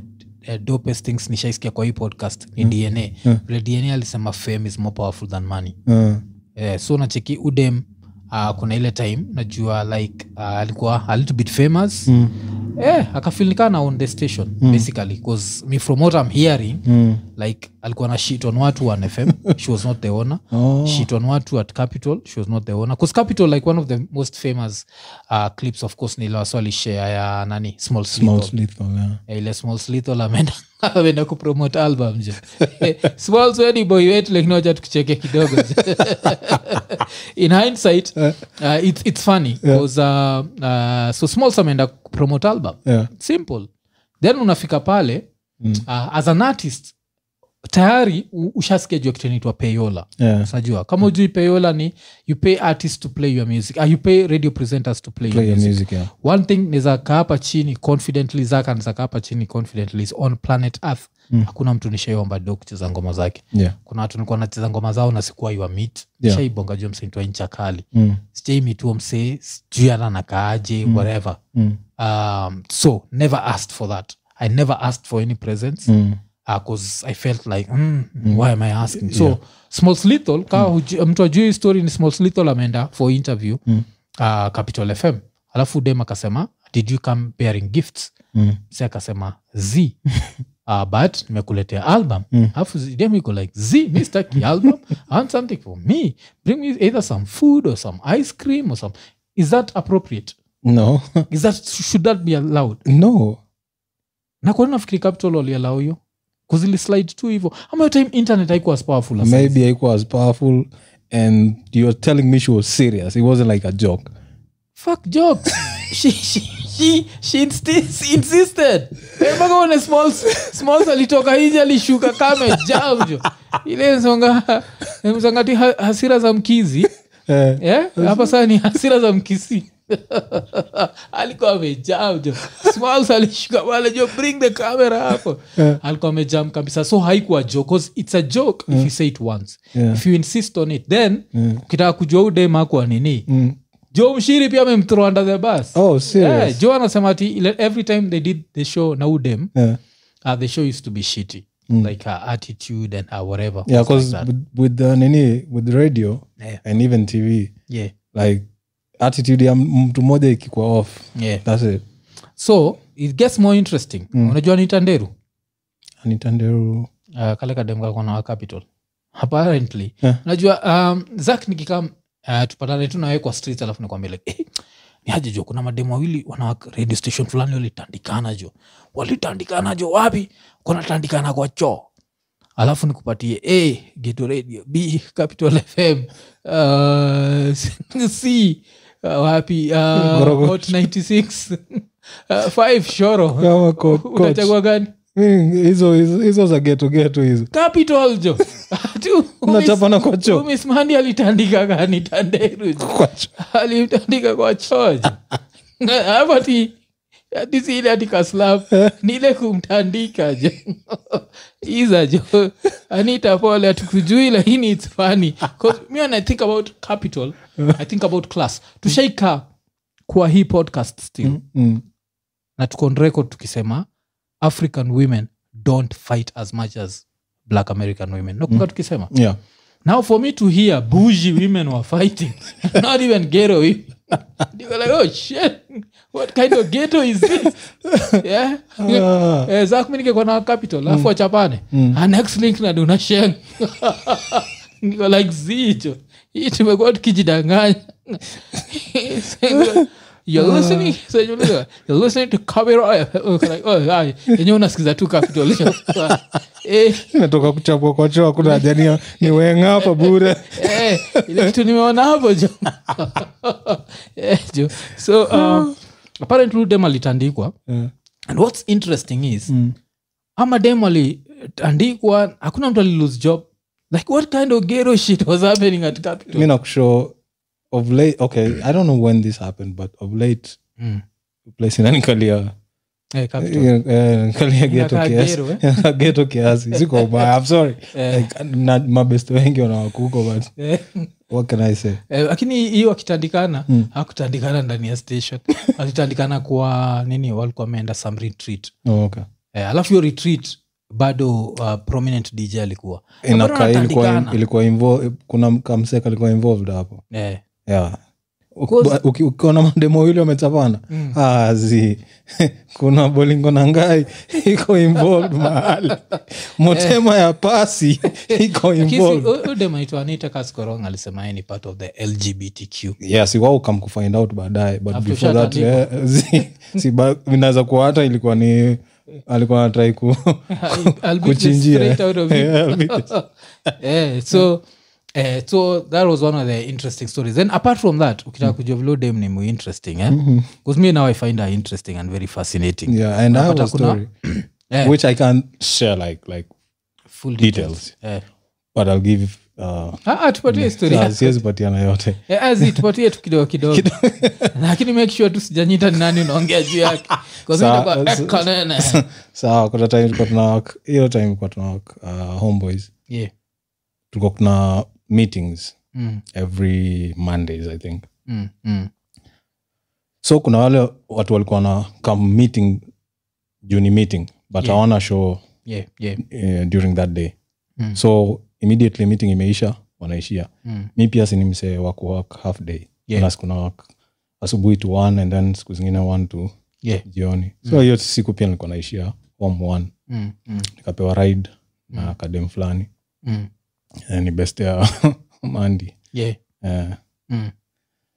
A: uh, dopest things nishaisikia kwa hii podcast ni
B: Mm.
A: dna vile dna alisema fame is more powerful than money
B: Mm.
A: eh, so nacheki udem uh, kuna ile time najua like uh, alikuwa a little bit famous mm. eh, akafilikana on the station mm. basically bcause me from what i'm hearing mm.
B: hmm.
A: like alikuwa na shit on watu on fm she was not the owner
B: Oh.
A: shit on watu at capital she was not the owner bcause capital like one of the most famous uh, clips of course nilawaswali share ya nani small
B: Small
A: Small
B: Lethal, yeah.
A: Eh, ile small slithol ameenda ameenda kupromote album jo Eh, small sweni boy wetu lakini wacha tukicheke kidogo jo. in hindsight
B: Eh.
A: uh, it's, it's funny because uh, uh, so smalls ameenda kupromote album
B: Yeah.
A: simple then unafika pale
B: Mm.
A: uh, as an artist tayari u- ushasikia juu ya kitu inaitwa payola
B: Yeah.
A: unajua kama ujui payola ni you pay artists to play your music uh, you pay radio presenters to play,
B: Play
A: your
B: your
A: music
B: music, yeah.
A: one thing niza kaa hapa chini confidently zaka niza kaa hapa chini confidently is on planet earth mm. hakuna mtu nishaiomba do kucheza ngoma zake
B: yeah.
A: kuna watu nilikuwa nacheza ngoma zao na sikuwa iwa mit
B: Yeah.
A: shaibonga jua msaitwa ncha kali
B: mm.
A: sijaimituo msee sijui hata nakaaje mm. whatever
B: Mm.
A: um, so never asked for that i never asked for any presents
B: Mm.
A: because Ah, i felt like mm, why am i asking so small slithol ka huju- mtu ajue hii story ni small slithol ameenda for interview
B: Mm.
A: uh, capital fm alafu dem akasema did you come bearing gifts
B: Mm.
A: si akasema z uh, but nimekuletea album
B: Mm.
A: alafu mm. dem iko like z mi staki album I want something for me bring me either some food or some ice cream or some is that appropriate
B: no
A: is that should that be allowed
B: no
A: na kwani nafikiri capital walialao hiyo kuzili slide tu hivyo ama hiyo time internet haikuwa as powerful as
B: maybe haikuwa as powerful and you're telling me she was serious it wasn't like a joke
A: fuck jokes she, she, she, she insti- insisted Eh, mpaka one smalls smalls alitoka hizi alishuka kame jamjo ile msonga msongati ha, hasira za mkizi
B: Eh,
A: Eh, hapa saa ni hasira za mkisi alikuwa amejam jo Smalls alishuka pale jo bring the camera hapo
B: Eh.
A: alikuwa amejam kabisa so haikuwa joke 'cause it's a joke if you say it once
B: Eh. Yeah. Eh.
A: if you insist on it then
B: Yeah.
A: ukitaka kujua udemakwa nini
B: mm.
A: jo mshiri pia amemthrow under the bus
B: oh serious
A: yeah, jo anasema ati ile- every time they did the show na udem
B: yeah.
A: uh, the show used to be shitty like her attitude and her whatever
B: Mm.
A: was
B: yeah because
A: like that.
B: with, with the nini with radio
A: Yeah.
B: and even tv
A: yeah,
B: like attitude ya mtu mmoja ikikwa off
A: yeah.
B: that's it
A: so it gets more interesting
B: Mm.
A: unajua nita nderu
B: anitanderu
A: uh, kale kadem kakona wa capital apparently
B: Yeah.
A: unajua um, zak nikikaa uh, tupatane tu nawe kwa street alafu nikwambia like eh, ni aje jo kuna mademu wawili wana radio station fulani walitandikana jo walitandikana jo wapi kunatandikana kwa choo alafu nikupatie a geto radio b capital fm uh, c uh, wapi uh,
B: Gorogoro.
A: Hot 96 uh, five shoro
B: Kama ko- coach.
A: unachagua gani
B: Mi, hizo hizo- hizo za geto geto hizo
A: capital jo Ati u-
B: Unachapana kwa choo.
A: u- Miss Mandi alitandika gani tanderu jo. alitandika kwa choja hapa ti ati si ile ati kaslap nile kumtandika jo iza jo anita pole atukujui lakini its funny 'Cause me when i think about capital i think about class tushaika kwa hii podcast still
B: Mm.
A: na tuko on record tukisema african women don't fight as much as black american women nakumbuka tukisema
B: yeah
A: now for me to hear bougie women were fighting not even ghetto women. they were like oh shit what kind of ghetto is this yeah
B: Ah.
A: Eh, Zach, mi ningekuwa na capital alafu wachapane Ah, next link na duna sheng niko like zicho hii tumekuwa tukijidanganya You're listening, so you know, you're listening to Kabiro FM. Like, oh, aye. Yenyewe unasikiza tu Capital. Eh,
B: imetoka kuchapwa kwa choo hakuna haja ni- ni wenga hapa bure
A: Eh, ile kitu nimeona hapo jo Eh, jo so um, apparently dem alitandikwa
B: Yeah. mm.
A: and what's interesting is ama dem alitandikwa hakuna mtu alilose job like what kind of gero shit was happening at capital
B: mi nakusho of late okay i don't know when this happened but of late
A: Mm.
B: place inanikalia
A: Eh, capital
B: eh, eh, kalia geto
A: Inakaa
B: kiasi
A: ghetto, eh?
B: Inakaa ghetto kiasi siko ubaya i'm sorry
A: Eh.
B: like, na mabeste wengi wanawakuko but
A: Eh.
B: what can i say
A: Eh, lakini hiyo akitandikana
B: Mm.
A: hakutandikana ndani ya station alitandikana kwa nini walikuwa wameenda some retreat
B: oh, okay
A: eh, alafu hiyo retreat bado uh, prominent dj alikuwa Ah, Na bado
B: inakaa ilikuwa,
A: wanatandikana.
B: ilikuwa invo- kuna kamseka alikuwa involved hapo
A: eh.
B: yeah. Uki-
A: Cause-
B: ba- uki- ukiona mademo wili wamechapana
A: Mm.
B: Ah, zi kuna bolingo na ngai iko involved mahali motema ya pasi iko involved
A: udemaitwanita kaskorong alisema yeye ni part of the lgbtq
B: yes wao kam kufind out baadaye but
A: After
B: before that eh, zi- si ba- inaweza kuwa hata ilikuwa ni alikuwa natrai ku,
A: I'll beat this
B: kuchinjia
A: straight out of you. Eh, so eh, so that was one of the interesting stories then apart from that
B: Mm.
A: ukitaka kujua vile dem ni mu interesting eh? Because me now i find her interesting and very fascinating
B: Mm-hmm. yeah, and I have a
A: Unapata kuna-
B: story
A: Eh.
B: which i can't share like like
A: full
B: details
A: eh.
B: but i'll give uh,
A: Ah, ah, tupatie historia
B: ah, siwezi patiana yote
A: Eh, ah, zi, tupatie tu kidogo kidogo lakini make sure tu sijanyita ni nani unaongea juu yake Kwa sababu
B: Sawa,
A: itakuwa,
B: s-
A: eh, kanene.
B: sawa kuna time tulikuwa tunawak hiyo time ilikuwa tunawak uh, homeboys
A: Yeah.
B: tulikuwa tuna meetings
A: Mm,
B: every mondays i think
A: mm, mm.
B: so kuna wale watu walikuwa na come meeting juni meeting but
A: Yeah.
B: hawana show
A: Yeah, yeah.
B: uh, during that day
A: Mm.
B: so immediately meeting imeisha wanaishia
A: Mm,
B: mi pia sini msee wa kuwak half day
A: Yeah.
B: yeah. kuna wak asubuhi to one and then siku zingine one to
A: yeah.
B: jioni so hiyo siku pia nilikuwa naishia home one
A: Mm, mm,
B: nikapewa ride na kadem fulani
A: mm.
B: Eh, ni best ya mandi
A: Yeah.
B: Eh,
A: Mm,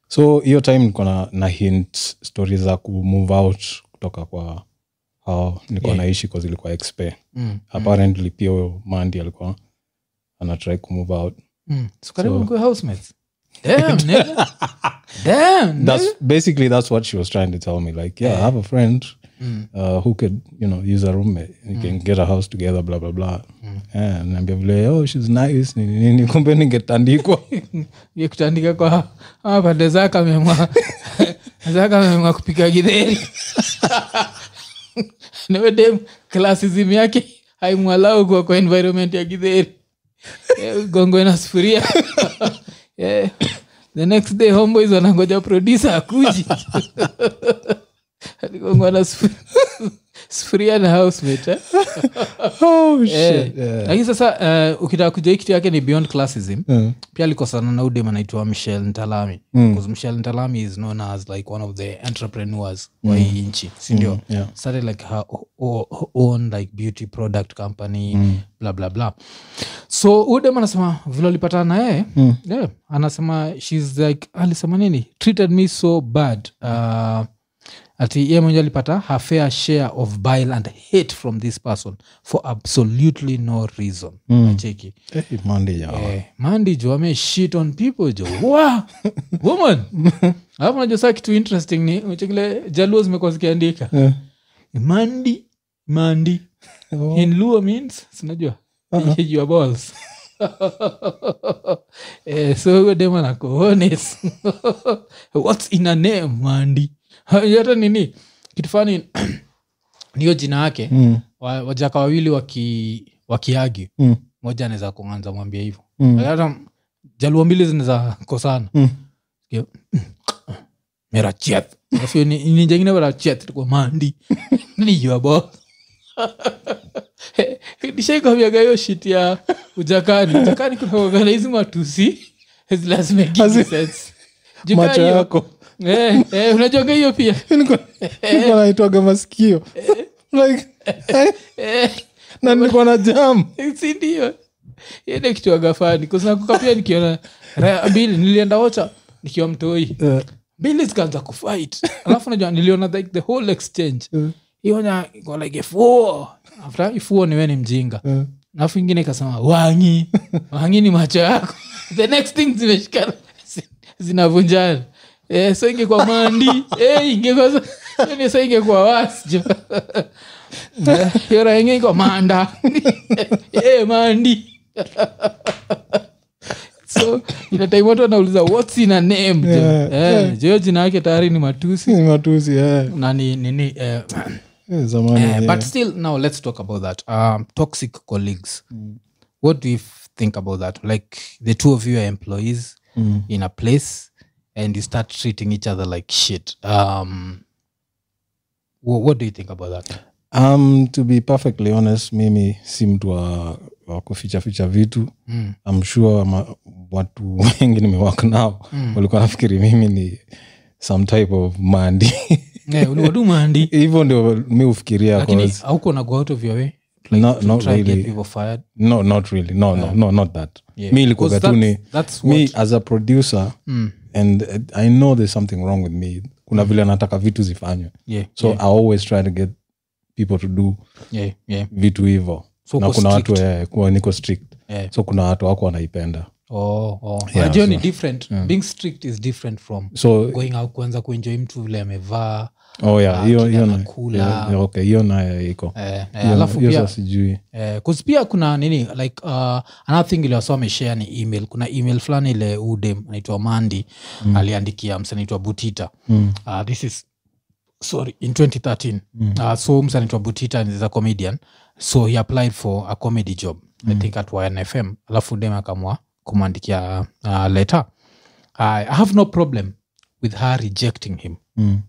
B: so hiyo time nilikuwa na, na hint stories za kumove out kutoka kwa hao nilikuwa
A: Yeah.
B: naishi cause ilikuwa expe
A: mm,
B: apparently pia huyo mandi alikuwa anatry kumove out
A: mm. So karibu
B: So-
A: mkuwe housemates. Damn, nigga. Damn,
B: that's
A: nigga.
B: basically that's what she was trying to tell me like Mm. yeah, i have a friend
A: Mm,
B: uh, who could you know use a roommate you can get a house together blah blah blah yeah, naambia vile oh she's nice nini nini kumbe ningetandikwa
A: ye kutandika kwa ama pande zake amemwa zake amemwa kupika gidheri newedem klasism yake haimwalau kuwa kwa environment ya gidheri Eh, gongo ina sufuria Eh, the next day homeboys wanangoja produsa akuji gongo na sufu- sufuria na housemate eh?
B: oh,
A: Eh,
B: shit. Yeah.
A: lakini sasa eh, ukitaka kuja hii kitu yake ni beyond classism
B: Mm.
A: pia alikosana na udem anaitwa michel ntalami mm. michel ntalami is known as like one of the entrepreneurs mm. wa hii nchi sindio mm.
B: yeah.
A: started like her o- o- own like beauty product company mm. bla bla bla so udem anasema vile alipatana na yeye mm. yeah, anasema shes like alisema nini treated me so bad uh, ati ye mwenye alipata her fair share of bile and hate from this person for absolutely no reason mm. nacheki
B: Hey, Mandi, yeah.
A: Eh, mandi jo ame shit on people jo Wa! woman alafu najua saa kitu interesting ni uchekile jaluo zimekuwa zikiandika
B: Yeah.
A: mandi mandi
B: Oh.
A: in luo means sinajua uh-huh. your balls eh, so huyo dema nakuones whats in a name mandi hata nini kitu fani niyo jina yake
B: Mm.
A: wa- wajaka wawili waki wakiagi
B: Mm.
A: moja anaweza kuanza mwambia hivyo
B: Mm.
A: hata jaluo mbili zinaweza kosana
B: Mm.
A: Yo, meracheth afyo ninjengine varacheth kwa mandi niyabo nishaikwaviagayo shit ya ujakani ujakani kunaagana hizi matusi lazima
B: Hazi- macho yako
A: Eh, unajonga hiyo pia
B: Nilikuwa- nilikuwa naitwaga masikio like eh,
A: Eh,
B: na nilikuwa na jam
A: sindio ende kichwagafani kusinakuka pia nikiona raya bili nilienda wocha nikiwa mtoi
B: Eh,
A: bili zikaanza kufight alafu najua niliona like the whole exchange
B: Mm.
A: ionya iko like ifuo after ifuo niwe ni mjinga
B: eh.
A: alafu ingine ikasema wangi wangi ni macho yako the next thing zimeshikana zi- zinavunjana Eh, so ingekuwa mandi Eh, ingekuwa so- yani so ingekuwa Eh, wasjo yora ingine iko manda Eh, mandi so inataimoto anauliza whats in a name jo
B: Yeah,
A: Eh, jo hiyo jina yake tayari ni matusi
B: Ni matusi eh.
A: na ni nini eh,
B: Eh, zamani
A: Eh,
B: yeah.
A: but still now let's talk about that um, toxic colleagues
B: Mm.
A: what do you f- think about that like the two of you are employees
B: Mm.
A: in a place and you start treating each other like shit um, wha- what do you think about that
B: um, to be perfectly honest mimi si mtu wa, wa kufichaficha vitu
A: mm,
B: I'm sure ma, watu wengi nimewak nao
A: Mm.
B: walikuwa nafikiri mimi ni some type of mandi
A: yeah, uliwadumandi
B: hivyo ndio mi hufikiria
A: lakini
B: 'cause-
A: auko na go out of your way
B: No-
A: to
B: not
A: try and
B: really.
A: get people fired
B: no not really no no no not that
A: Yeah.
B: mi ilikuwaga
A: 'Cause
B: tu ni
A: that's- that's
B: me
A: what-
B: as a producer
A: Mm.
B: and uh, i know there's something wrong with me kuna vile nataka vitu zifanywe
A: yeah,
B: so
A: yeah,
B: i always try to get people to do
A: yeah, yeah,
B: vitu hivo
A: So
B: na
A: uko
B: kuna watu
A: strict.
B: eh, kuwa niko strict
A: yeah.
B: so kuna watu wako wanaipenda
A: oh, oh.
B: Yeah,
A: Unajua ni
B: so-
A: different being strict is different from
B: so
A: going out kuanza kuenjoi mtu vile amevaa
B: oh yeah,
A: Ah,
B: hiyo-
A: kila
B: hiyo na-
A: nakula.
B: yeah, yeah, okay, hiyo nayo iko
A: eh, eh,
B: Hiyo-
A: alafu
B: hiyo
A: pia
B: sasa sijui
A: eh, 'cause pia kuna nini like uh, another thing ile wasa wameshare ni email kuna email fulani ile udem anaitwa mandi mm. aliandikia msanaitwa butita
B: Mm.
A: uh, this is sorry in 2013 mm. uh, so msanaitwa butita is a comedian so he applied for a comedy job mm. i think at ynfm alafu dem akamwa kumwandikia uh, letter i have no problem with her rejecting him
B: Mm.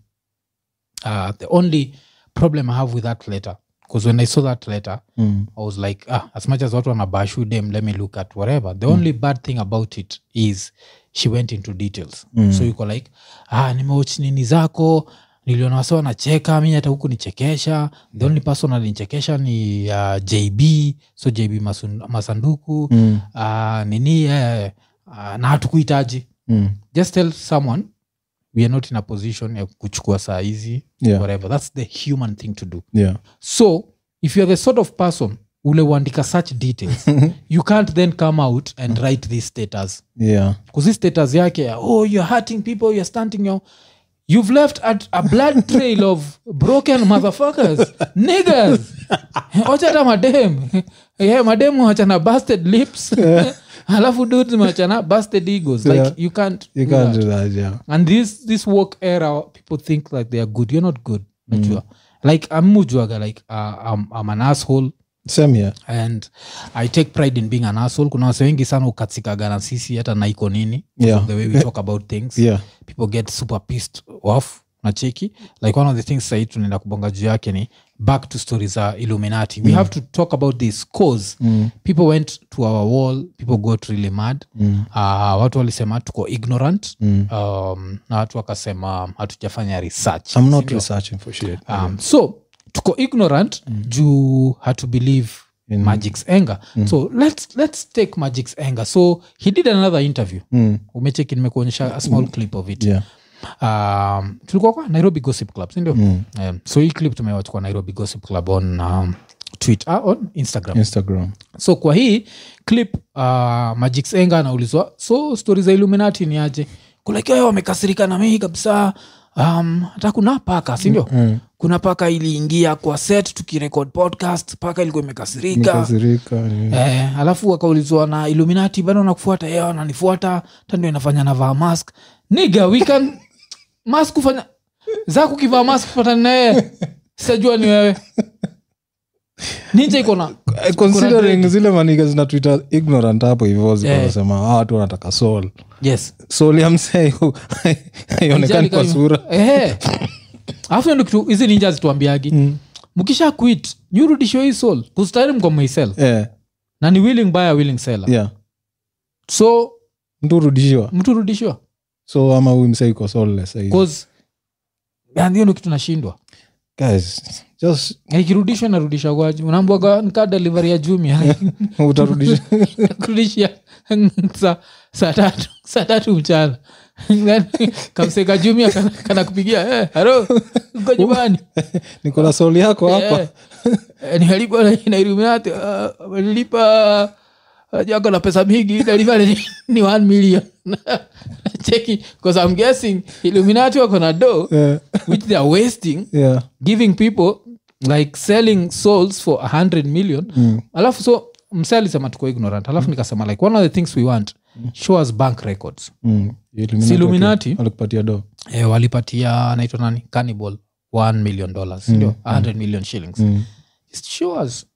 A: uh, the only problem i have with that letter because when i saw that letter
B: Mm.
A: I was like, ah, as much as watu wanabashu dem, let me look at whatever. The only bad thing about it is she went into details. So yuko like, ah, nimewatch nini zako, niliona wasa wanacheka, mi hata huku nichekesha. The only person alinichekesha ni uh, JB, so JB masun, Masanduku,
B: Mm.
A: uh, nini, eh, uh, na hatukuhitaji.
B: Mm.
A: Just tell someone, we are not in a position ya kuchukua saa hizi,
B: Yeah.
A: whatever. That's the human thing to do
B: Yeah.
A: so if youare the sort of person ule uandika such details you can't then come out and write this status
B: Yeah.
A: kuzi status yake ya, oh you're hurting people you're stunting your you've left at a blood trail of broken motherfuckers niggers wacha hata madem yeah, mademu wachana busted lips alafu dudes wachana busted egos like
B: Yeah.
A: you can't
B: You
A: do
B: can't
A: that
B: do that, yeah.
A: and this this work era people think like they are good you're not good najua like i'm mujwaga like uh, I'm, i'm an asshole
B: Same here.
A: and i take pride in being an asshole kuna wase wengi sana ukatikaga na sisi hata naiko nini
B: Yeah.
A: the way we talk about things
B: Yeah.
A: people get super pissed off nacheki like one of the things sahii tunaenda kubonga juu yake ni back to stories za illuminati
B: Mm.
A: we have to talk about this cause people went to our wall people got really mad
B: Mm.
A: uh, watu walisema tuko ignorant um, na watu wakasema hatujafanya research
B: I'm not researching for shit.
A: um, so tuko ignorant juu hatu believe
B: Mm. In- Mm.
A: magic's anger so let's, let's take magic's anger so he did another interview
B: Mm.
A: umecheki nimekuonyesha a small clip of it
B: Yeah.
A: um, tulikuwa kwa nairobi gossip club sindio mm. um, so hii clip tumewatch kwa nairobi gossip club on um, twitter ah, on instagram
B: Instagram.
A: so kwa hii clip uh, magic senga anaulizwa so stori za illuminati ni aje kulakio wamekasirika na mii kabisa um, hata kuna paka sindio mm-hmm. kuna paka iliingia kwa set tukirekod podcast paka ilikuwa imekasirika
B: Nikasirika, yeah.
A: Eh, alafu akaulizwa na illuminati bado Eh, nakufuata ye ananifuata tando inafanya navaa mask niga we can mask kufanya zaku kivaa mask patani naye sitajua ni wewe ninja iko na
B: Eh, considering zile maniga zina twitter ignorant hapo hivyo
A: Eh.
B: zikanasema yeah. watu wanataka sol
A: yes
B: sol ya msee hu- haionekani kwa sura
A: Eh. alafu hiyo ndio kitu hizi ninja zituambiagi
B: Mm.
A: mkisha quit nyurudishiwe hii soul kustahili mko mmeisell
B: Eh,
A: na ni willing buyer willing seller
B: yeah.
A: so
B: mtu urudishiwa
A: mtu rudishiwa
B: so ama huyu msee iko soulless saizi.
A: 'Cause- yani hiyo ndio kitu nashindwa
B: Guys, just
A: Na ikirudishwa narudisha kwaji unaambwaga nkaa delivery ya jumia
B: utarudisha
A: kurudishia saa sa tatu saa tatu mchana Yaani, kamseka jumia kana- kanakupigia eh, haro uko nyumbani
B: niko na sol yako hapa
A: Eh, eh, nialipwa na- na Illuminati, ah, walinilipa ah, jako na pesa mingi nalipa ni, ni 1 million cheki because i'm guessing illuminati wako na do
B: Eh,
A: which they are wasting
B: yeah.
A: giving people like selling souls for 100 million mm. alafu so mse alisema tuko ignorant alafu nikasema like one of the things we want show us bank records
B: Mm. Illuminati
A: Si Illuminati?
B: waki- walikupatia do
A: eh, walipatia anaitwa nani cannibal 1 million dollars mm. ndio 100 million shillings mm. show us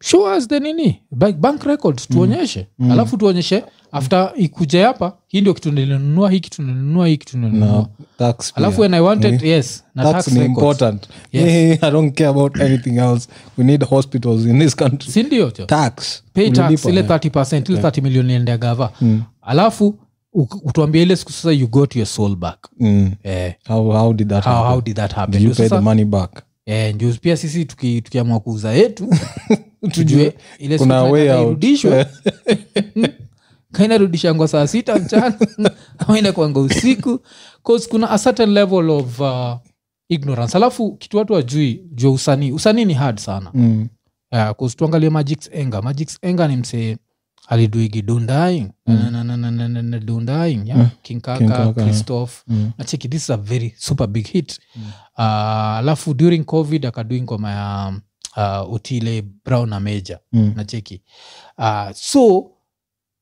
A: show us the nini bank, bank records tuonyeshe mm. alafu tuonyeshe after ikuja hapa hii ndio kitu nilinunua hii kitu nilinunua hii kitu nilinunua
B: no. tax pia.
A: Mm. alafu when i wanted yes na
B: Tax
A: tax,
B: ni
A: records
B: important
A: Yes.
B: i don't care about anything else we need hospitals in this country
A: sindio cho
B: tax
A: pay tax
B: Ulilipa,
A: ile
B: eh.
A: 30 ile 30 million iliendea gava
B: Mm.
A: alafu uk- utuambia ile siku sasa you got your soul back
B: Mm.
A: eh,
B: how, how did that
A: how,
B: happen?
A: how did that happen
B: Did you
A: Ndio
B: pay the
A: sasa,
B: money back
A: eh, ndio pia sisi tuki- tukiamua kuuza yetu tujue ile siku
B: Kuna
A: tunataka
B: way out.
A: irudishwe kainarudishangwa saa sita mchana ama inakwanga usiku cause kuna a certain level of uh, ignorance alafu kitu watu wajui jua usanii usanii ni hard sana
B: mm.
A: Ah, uh, tuangalie magic's enga magic's enga ni msee aliduigi dundaing mm. dundaing yeah.
B: Yeah.
A: king
B: Hmm. King
A: kaka
B: Kaka, yeah.
A: christoph
B: Mm.
A: nacheki this is a very super big hit uh, alafu during covid akadui ngoma ya uh, utile brown na meja
B: Mm.
A: nacheki uh, so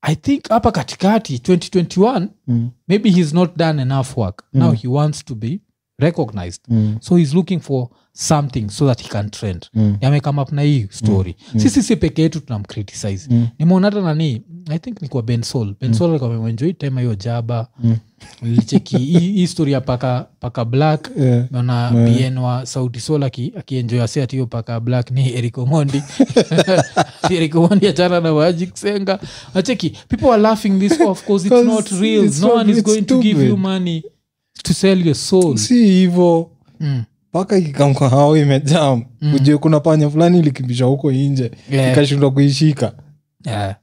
A: i think hapa katikati 2021
B: Mm.
A: maybe he's not done enough work mm. now
B: Mm.
A: he wants to be recognized
B: Mm.
A: so he's looking for something so that he can trend
B: Mm.
A: yamekame up na hii story mm. sisi si peke yetu tunamcritisize
B: Mm.
A: nimeona hata nani i think nikwa bensol bensol alikuwa amemwenjoi tema hiyo jaba
B: Mm.
A: nilicheki hii hii story ya paka paka black
B: Yeah.
A: naona
B: Yeah.
A: bien wa sauti sol aki- akienjoy asi ati hiyo paka black ni ericomondi ericomondi achana na waji kusenga acheki people are laughing this of course it's
B: 'Cause
A: not real
B: it's
A: no
B: not-
A: one is
B: it's
A: going to give you
B: stupid.
A: money to sell your soul
B: si hivo
A: mm.
B: mpaka ikikamka hao imejam
A: Mm.
B: ujue kuna panya fulani ilikimbishwa huko nje
A: Yeah.
B: ikashindwa kuishika
A: yeah.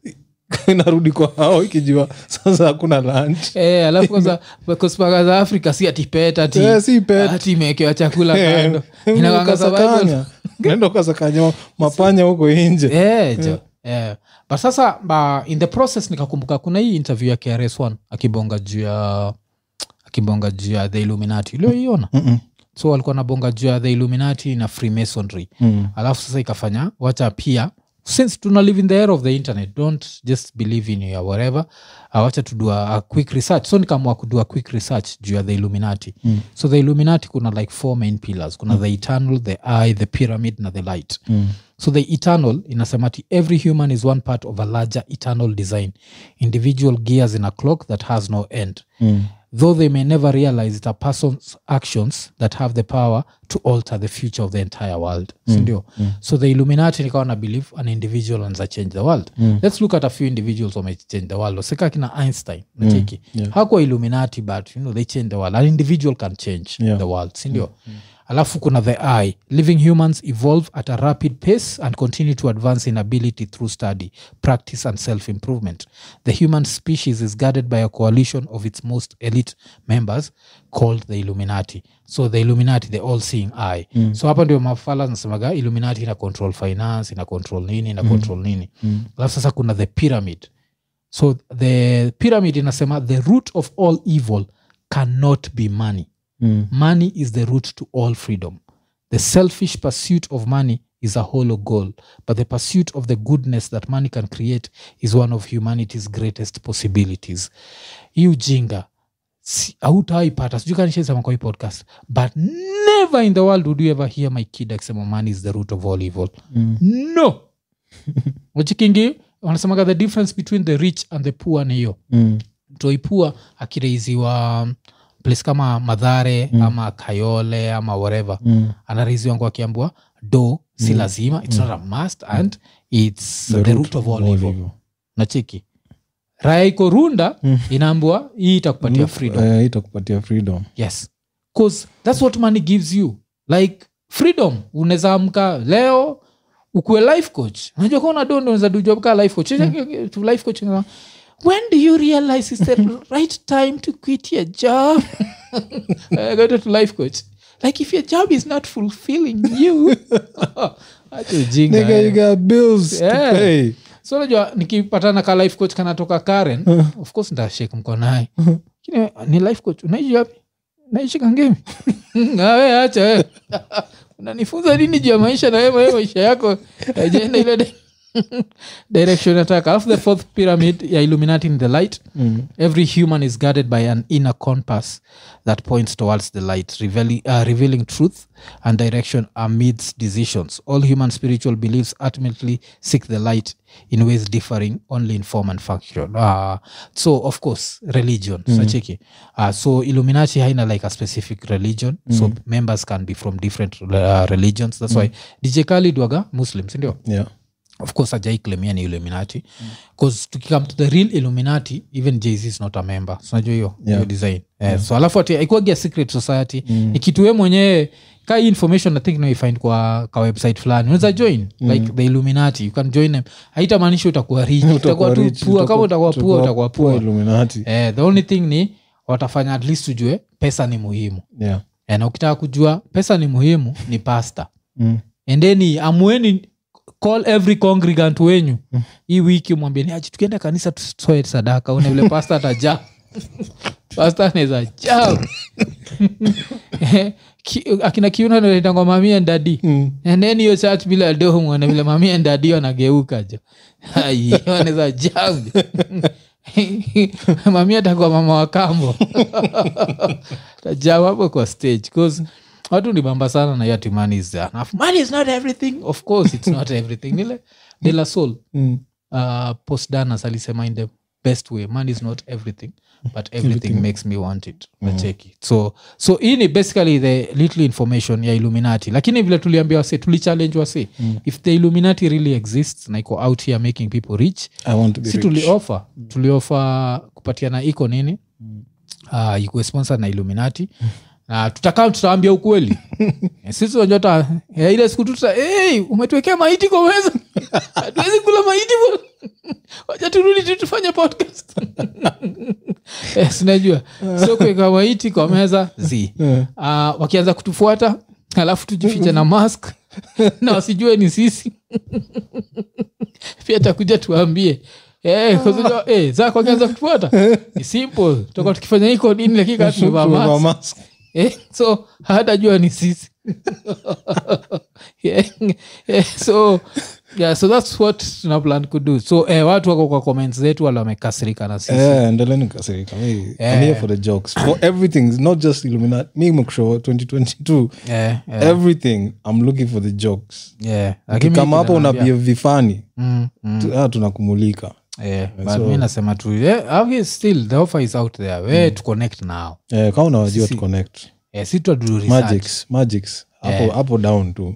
B: inarudi kwa hao ikijua sasa hakuna lunch
A: Eh, alafu kwanza kospaka za afrika si ati pet ati
B: Eh, si pet.
A: ati imewekewa chakula
B: Eh,
A: Ah, kando Inakuanga survival.
B: ukasakanya. Unaenda ukasakanya ma- mapanya huko nje
A: Eh, jo. Eh. but sasa ba, in the process nikakumbuka kuna hii interview ya krs1 akibonga juu ya akibonga juu ya the illuminati ulioiona
B: Mm-mm.
A: so walikuwa nabonga juu ya the illuminati na freemasonry
B: Mm.
A: alafu sasa ikafanya wacha pia since tuna live in the era of the internet don't just believe in your whatever uh, wacha to do a, a quick research so nikaamua kudo a quick research juu ya the illuminati
B: Mm.
A: so the illuminati kuna like four main pillars kuna the eternal the eye the pyramid na the light
B: Mm.
A: so the eternal inasema ti every human is one part of a larger eternal design individual gears in a clock that has no end
B: Mm.
A: though they may never realize it are persons actions that have the power to alter the future of the entire world
B: Mm.
A: sindio so the illuminati nikawa na believe an individual anza change the world
B: Mm.
A: let's look at a few individuals wame change the world waseka kina einstein nacheki
B: Mm. yeah.
A: hakuwa illuminati but you know they change the world an individual can change
B: Yeah. Mm.
A: the world sindio alafu kuna the eye living humans evolve at a rapid pace and continue to advance in ability through study practice and self improvement the human species is guarded by a coalition of its most elite members called the illuminati so the illuminati the all seeing eye mm. so hapa ndio mafala nasemaga illuminati ina control finance ina control nini ina control nini
B: Mm.
A: alafu sasa kuna the pyramid so the pyramid inasema the root of all evil cannot be money
B: Mm.
A: money is the root to all freedom the selfish pursuit of money is a hollow goal but the pursuit of the goodness that money can create is one of humanity's greatest possibilities hii ujinga si- hautawaipata sijui kanishaisema kwa hii podcast but never in the world would you ever hear my kid akisema money is the root of all evil
B: Mm.
A: no wachikingi wanasemaga the difference between the rich and the poor ni hiyo
B: Mm.
A: toipua akireiziwa place kama madhare mm. ama kayole ama whatever
B: Mm.
A: anareiziwa ngu akiambua do si
B: Mm.
A: lazima it's not a must and its the, root of all evil
B: evil.
A: nachiki raya iko runda
B: Mm.
A: inaambua hii itakupatia
B: Look,
A: freedom
B: eh, itakupatia freedom
A: yes bcause thats what money gives you like freedom unaweza amka leo ukuwe life coach unajua kama unado unaweza do kaa life coach mm. life coach unasema, when do you realize is the right time to quit your job I got it to life coach like if your job is not fulfilling you Acha ujinga,
B: Nigga, you
A: eh.
B: got bills
A: Yeah.
B: to pay
A: so najua nikipatana ka life coach kanatoka karen of course ntashake mkonaye lakini ni life coach unaishi wapi naishika ngimi awe acha we unanifunza nini juu ya maisha na wewe maisha yako ajaenda ile di- direction nataka alafu the fourth pyramid ya illuminating the light
B: Mm.
A: every human is guarded by an inner compass that points towards the light revealing, uh, revealing truth and direction amidst decisions all human spiritual beliefs ultimately seek the light in ways differing only in form and function uh, so of course religion mm. sacheki uh, so illuminati haina like a specific religion mm. so members can be from different uh, religions that's mm. why dj khalid waga muslim sindio
B: Yeah.
A: of course ajaiclaimia ni illuminati bcause mm. tukikam to the real illuminati even jz is not a member sinajua hiyo hiyo design yeah. so alafu ati aikuagia secret society mm. ni kitu we mwenyewe ka hii information i think naifind kwa ka website fulani unaweza join mm. like the illuminati you can join them haitamaanisha utakuwa rich utakuwa tu
B: rich,
A: pua kama utakuwa pua utakuwa
B: poor
A: pua
B: Illuminati.
A: eh, the only thing ni watafanya at least ujue pesa ni muhimu
B: Yeah.
A: eh, na ukitaka kujua pesa ni muhimu ni pasta
B: Mm.
A: endeni amueni call every congregant wenyu hii wiki mwambieni aji tukienda kanisa tusoe sadaka une vile pasta ataja pasta anaweza ja Eh, ki- akina kiuna naitangwa mami and daddy endeni hiyo church bila doho mwone vile mami and daddy wanageuka jo Ai, wanaweza ja mami atakuwa mama wa kambo tajaa wapo kwa stage 'cause watu ni bamba sana na hiyo ati money is enough. Money is not everything of course it's not everything nile de la soul
B: Mm.
A: uh, post danas alisema in the best way money is not everything but everything makes me want it nacheki so so hii ni basically the little information ya illuminati lakini vile tuliambia wase tulichallenge wase if the illuminati really exists na iko out here making people rich
B: I want to be
A: si
B: rich.
A: tuliofa tuliofa kupatiana iko nini
B: Mm.
A: uh, ikuwe sponsor na illuminati na tutakaa tutawambia ukweli Eh, sisi tunajua ta eh, ile siku tu tuta hey, umetuwekea maiti kwa meza hatuwezi kula maiti bwana. wacha turudi tu tufanye podcast Eh, sinajua so kuweka maiti kwa meza z uh, wakianza kutufuata alafu tujifiche na mask na wasijue ni sisi pia takuja tuambie Eh, kwa sababu, eh, zako akianza kutufuata ni simple toka tukifanya hiko dini lakini kama tumevaa mask
B: Tumevaa mask.
A: eh, so hatajua ni sisi yeah, yeah, eh, so yeah, so thats what tuna plan kudo so eh, watu wako kwa comments zetu wala wamekasirika na sisi
B: Eh, endeleni kukasirika. Mi- I'm here for the jokes for everything not just illuminati mi mkshow 2022
A: yeah, yeah,
B: everything i'm looking for the jokes
A: yeah. Lakini
B: kama hapo
A: kina-
B: una vifani
A: Mm, mm,
B: tu- ah, tunakumulika
A: yeah, but mi nasema tu eh, okay, still the offer is out there
B: Mm.
A: we to connect now
B: eh, kama unawajua tuconnect
A: eh, si twadu
B: magics magics hapo hapo down tu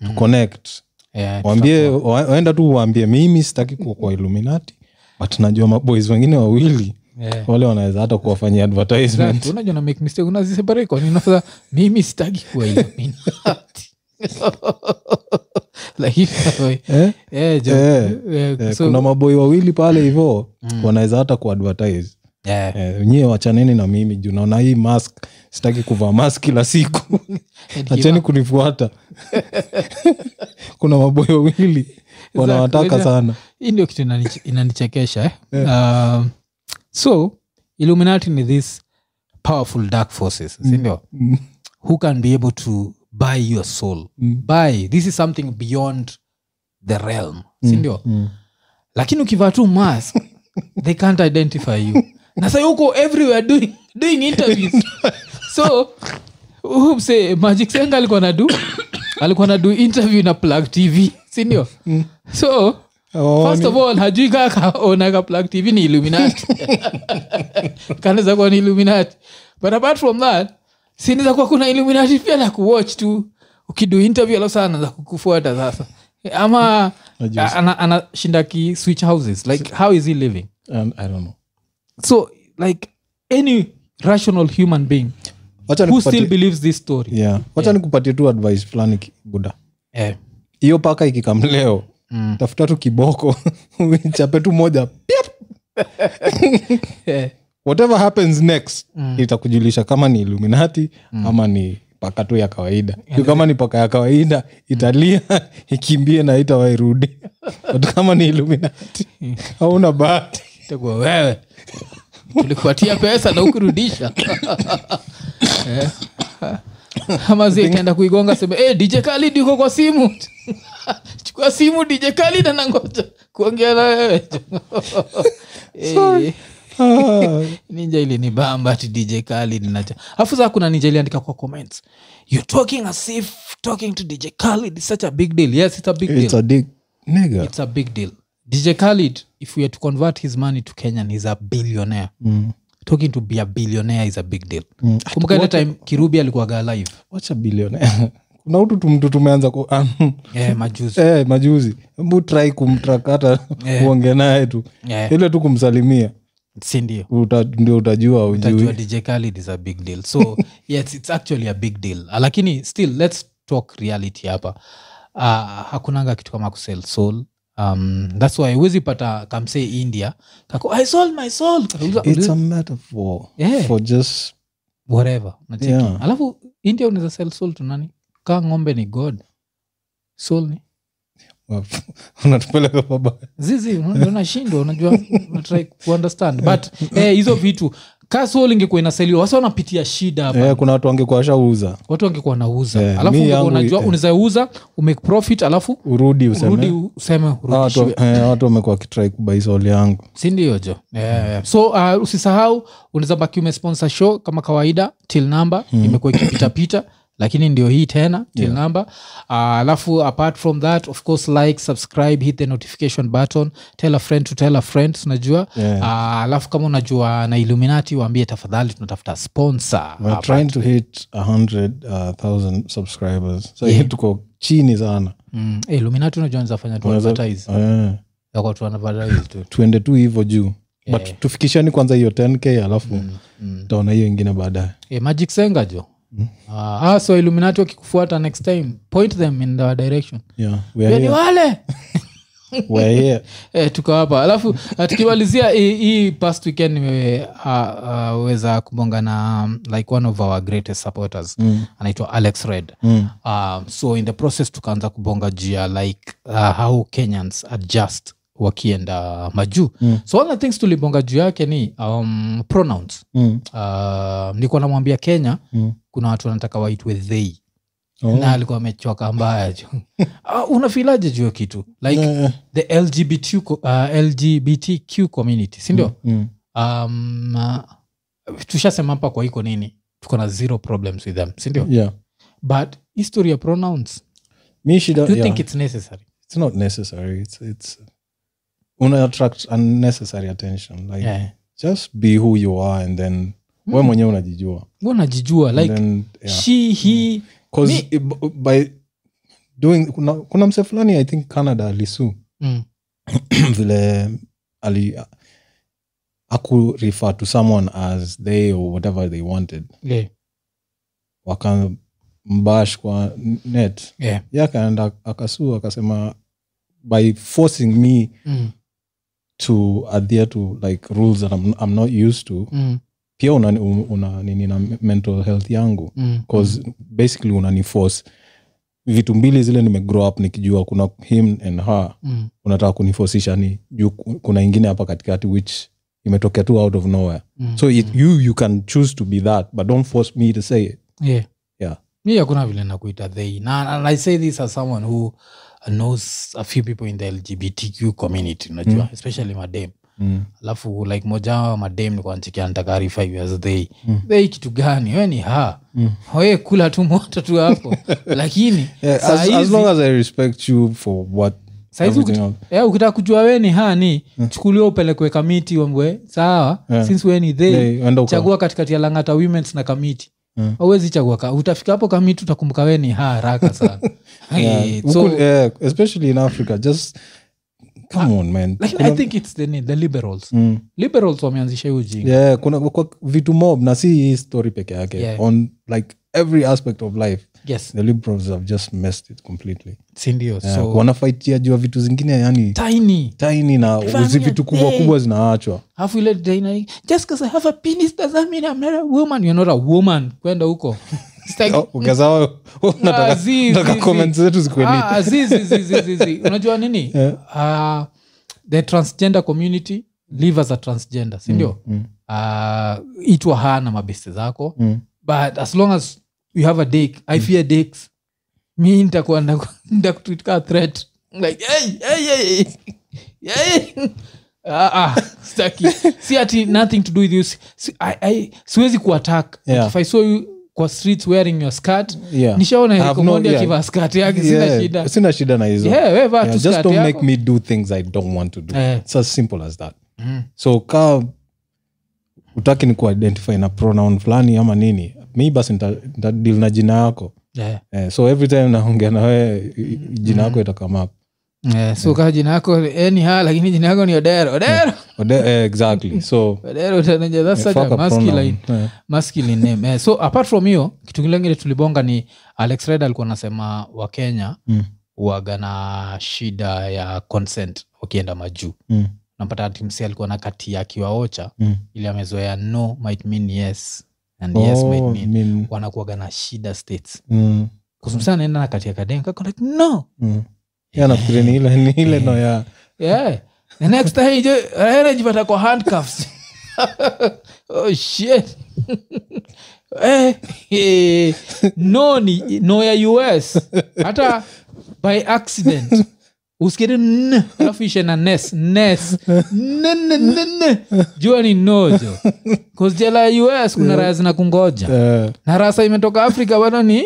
A: Mm.
B: tuconnect
A: yeah,
B: waambie wa- waenda tu waambie mimi sitaki kuwa kwa illuminati but najua maboys wengine wawili
A: Yeah.
B: wale wanaweza hata kuwafanyia advertisement
A: Exactly. unajua na make mistake unaziseparekoninasa mimi sitaki kuwa illuminati lakini
B: eh?
A: Eh, jo-
B: Eh,
A: eh,
B: Eh,
A: so- Mm.
B: kuna maboi wawili pale hivo wanaweza hata kuadvertise
A: Yeah.
B: eh, nyie wachaneni na mimi juu naona hii mask sitaki kuvaa mask kila siku
A: And give
B: acheni kunifuata kuna maboi wawili wanawataka
A: Exactly.
B: sana
A: hii ndio kitu inanich- inanichekesha eh? um, so illuminati ni this powerful dark forces sindio who can be able to buy your soul buy this is something beyond the realm sindio lakini ukivaa tu mask they can't identify you na sai huko everywhere doing, doing interviews so upse magic senga alikuwa na du alikuwa na du interview na plug tv sindio so
B: Hawaoni.
A: first of all hajui kaka onaka plug tv ni illuminati kanaweza kuwa ni illuminati but apart from that sinaweza kuwa kuna illuminati pia na kuwatch tu ukidu interview alafu sana anaanza kukufuata sasa ama
B: Najua.
A: ana- anashinda ki switch houses like how is he living
B: Um, I don't know.
A: so like any rational human being
B: Wacha
A: who still
B: nikupatie-
A: believes this story
B: Yeah. wacha nikupatie tu advice fulani ki- buda
A: Eh,
B: hiyo paka ikikam leo tafuta tu kiboko chape tu moja Piap!
A: eh,
B: whatever happens next itakujulisha kama ni illuminati ama ni paka tu ya kawaida Juu kama ni paka ya kawaida italia ikimbie na itawairudi but kama ni illuminati hauna bahati
A: itakuwa wewe tulikupatia pesa na ukurudisha Eh. ama ziekaenda kuigonga "Eh, seme hey, dj kali diko kwa simu chukua simu dj kali na nangoja kuongea na wewe Eh.
B: Ah,
A: ninja ili ni bamba ati dj kali ninacha afu saa kuna ninja iliandika kwa comments you talking as if talking to dj khalid is such a big deal yes it's a big
B: it's
A: deal
B: a dick nigga.
A: it's a big deal dj khalid if we are to convert his money to kenyan he's a billionaire mm. talking to be a billionaire is a big deal mm. kumbuka ile time kirubi alikuwaga alive
B: wacha bilionea kuna utu tumtu tumeanza ku, ah, hmm.
A: yeah, majuzi
B: eh, majuzi mbu trai kumtrakata uonge naye tu
A: Yeah.
B: ile tu kumsalimia
A: sindio
B: uta, ndio utajua ujui
A: utajua dj khalid is a big deal so yes it's actually a big deal Uh, lakini still let's talk reality hapa uh, hakunanga kitu kama kusell soul um, thats why huwezi pata kamsee india kako i sold my soul Kauliza,
B: It's a metaphor
A: Yeah.
B: for just
A: whatever unacheki.
B: Yeah.
A: alafu india unaweza sell soul tunani kaa ng'ombe ni god soul ni
B: unatupeleka pabaya
A: zizi ndio nashindwa unajua natrai kuunderstand but eh, hizo vitu kasol ingekuwa inaseliwa wasa wanapitia shida hapa
B: eh, kuna watu wangekuwa washauza
A: watu wangekuwa nauza
B: Eh,
A: alafu
B: mi
A: ungekuwa
B: yangu-
A: unajua
B: eh.
A: unaweza uza umake profit alafu
B: urudi
A: urudi
B: useme
A: useme
B: Ah, watu
A: urudishiwe.
B: eh, watu wamekuwa wakitrai kubaisoli yangu
A: sindio jo
B: Mm.
A: yeah. so uh, usisahau unaweza baki umesponsor show kama kawaida till number
B: Mm.
A: imekuwa ikipitapita lakini ndio hii tena till yeah. number Uh, alafu apart from that of course like subscribe hit the notification button tell a friend to tell a friend unajua
B: Yeah.
A: Ah, alafu kama unajua na illuminati waambie tafadhali tunatafuta sponsor
B: We're
A: hapa.
B: trying to hit 100,000 subscribers so hii tuko chini sana
A: mm. eh, illuminati unajua nizafanya tu
B: Unaweza-
A: advertise
B: Eh,
A: Yako tu advertise tu
B: tuende tu hivyo juu
A: Eh.
B: but tufikishani kwanza hiyo 10k alafu
A: Mm,
B: taona hiyo ingine baadaye
A: e, magic senga jo
B: Mm.
A: Ah, ah, so illuminati wakikufuata next time point them in the direction
B: yeah, we are
A: yeah, ni Yaani
B: here.
A: wale
B: We are here.
A: e, tukawapa alafu ah, tukimalizia hii- hii past weekend ah, nimeweza kubonga na um, like one of our greatest supporters mm. anaitwa alex red mm. um, so in the process tukaanza kubonga jia like uh, how kenyans are just wakienda majuu mm. so one of the things tulibonga juu yake ni um, pronouns
B: Mm.
A: uh, nilikuwa namwambia kenya
B: Mm.
A: kuna watu wanataka waitwe they
B: Oh.
A: na alikuwa amechoka mbaya ju uh, unafilaje juu ya kitu like
B: Eh, eh.
A: the lgbtq, co- uh, lgbtq community sindio
B: Mm.
A: um, uh, tushasema hapa kwa iko nini tuko na zero problems with them sindio
B: mm. Yeah.
A: but history ya pronouns
B: mi shida
A: do you
B: yeah.
A: think it's necessary
B: it's not necessary it's, it's una attract unnecessary attention like
A: Yeah.
B: just be who you are and then we mwenyewe unajijua
A: Wewe unajijua
B: And
A: like
B: then, yeah.
A: she he
B: 'Cause
A: Mi-
B: i- b- by doing kuna, kuna mse fulani i think canada alisu
A: mm,
B: vile ali aku refer to someone as they or whatever they wanted
A: yeah,
B: wakambash kwa net
A: yeah,
B: yakaenda akasuu akasema by forcing me
A: mm,
B: to adhere to like rules that I'm, I'm not used to
A: mm,
B: pia una, una nini na mental health yangu
A: mm,
B: cause basically unaniforce vitu mbili zile nimegrow up nikijua kuna him and her
A: mm,
B: unataka kunifosisha ni juu ku- kuna ingine hapa katikati which imetokea tu out of nowhere
A: mm,
B: so it, you you can choose to be that but don't force me to say it
A: yeah.
B: yeah
A: mi hakuna vile nakuita they na, and i say this as someone who knows a few people in the lgbtq community unajua mm. especially madem
B: mm.
A: alafu like moja wa madem nikwanchikia ntakarify you as they mm. they kitu gani we ni ha mm. we kula tu moto tu hapo lakini
B: yeah,
A: saa
B: as, as
A: hizi-
B: long as i respect you for what
A: saa hizi
B: everything
A: ukita-
B: else.
A: eh, ukitaka kujua we ni ha ni
B: Eh.
A: chukuliwa upelekwe kamiti wambwe sawa
B: Yeah.
A: since we ni they
B: Eh. They- enda uka-
A: chagua katikati ya langata womens na kamiti
B: Mm.
A: auwezi chagua ka, utafika hapo kamiti utakumbuka we ni ha haraka sana Eh,
B: Huku-
A: so,
B: yeah, especially in africa just come on man
A: lakini Ah, i
B: Kuna-
A: think its the, need- the liberals
B: Mm.
A: liberals wameanzisha hiyo jinga
B: yeah, kuna kwa vitu mob na si hii story peke yake
A: Yeah.
B: on like every aspect of life
A: yes
B: the liberals have just messed it completely
A: sindio
B: yeah,
A: so
B: wanafightia juu ya vitu zingine yani
A: tiny
B: tiny na
A: Vamia
B: uzi vitu kubwa
A: day.
B: kubwa zinaachwa
A: alafu ile daina just because i have a penis doesn't mean i'm not a woman you're not a woman kwenda huko It's like,
B: Oh, ukaza
A: Ah, zi,
B: nataka
A: zi,
B: comments
A: zi.
B: zetu zikuwe nini?
A: Ah, zi, zi, zi, zi, zi, zi. unajua nini
B: Eh.
A: Ah, the transgender community live as a transgender sindio Ah, itwa haa na mabeste zako
B: Mm.
A: but as long as you have a dik i fear dicks mi ntakuwa ntakutuka threat like hey, hey, hey, hey. hey. Ah, ah, sitaki. si ati nothing to do with you Si- si, I, I, siwezi kuattack
B: Yeah.
A: if i saw you kwa streets wearing your skirt
B: Yeah.
A: nishaona
B: I have no-
A: Erikomondi
B: yeah.
A: akivaa skati yake sina
B: Yeah,
A: shida
B: sina shida na hizo
A: Yeah, we vaa
B: Yeah,
A: tu
B: just
A: skati
B: don't
A: yako.
B: make me do things i don't want to do
A: Eh. Mm.
B: it's as simple as that so ka utaki ni kuidentify na pronoun fulani ama nini mi basi ntadil na jina yako
A: Yeah.
B: eh, so every time naongea na wewe i- i- jina yako itakama
A: Yeah, so kaa jina yako eh, ni haa lakini jina yako ni odero odero
B: Ode- eh, exactly so
A: odero utanaja that's such
B: fuck
A: a
B: a
A: masculine
B: pronoun. Eh,
A: masculine name eh, so apart from hiyo kitu kilengine tulibonga ni alex red alikuwa anasema wakenya
B: Mm.
A: waga na shida ya consent wakienda majuu
B: mm,
A: napata atimsi alikuwa na kati akiwaocha
B: mm.
A: ili amezoea no might mean yes and yes might
B: Oh,
A: mean
B: mean,
A: wanakuaga na shida states
B: mm,
A: kusumsa anaenda na kati ya kadeng kako like no
B: mm. Ya, nafikiri ni ile ni ile no ya
A: yeah. the next time je Raila jipata kwa handcuffs oh shit eh, eh, no ni no ya us hata by accident usikiri n alafu ishe na nes nes N- n- n- n. jua ni nojo kusjela ya us kuna raya zinakungoja
B: eh,
A: na rasa imetoka afrika bado ni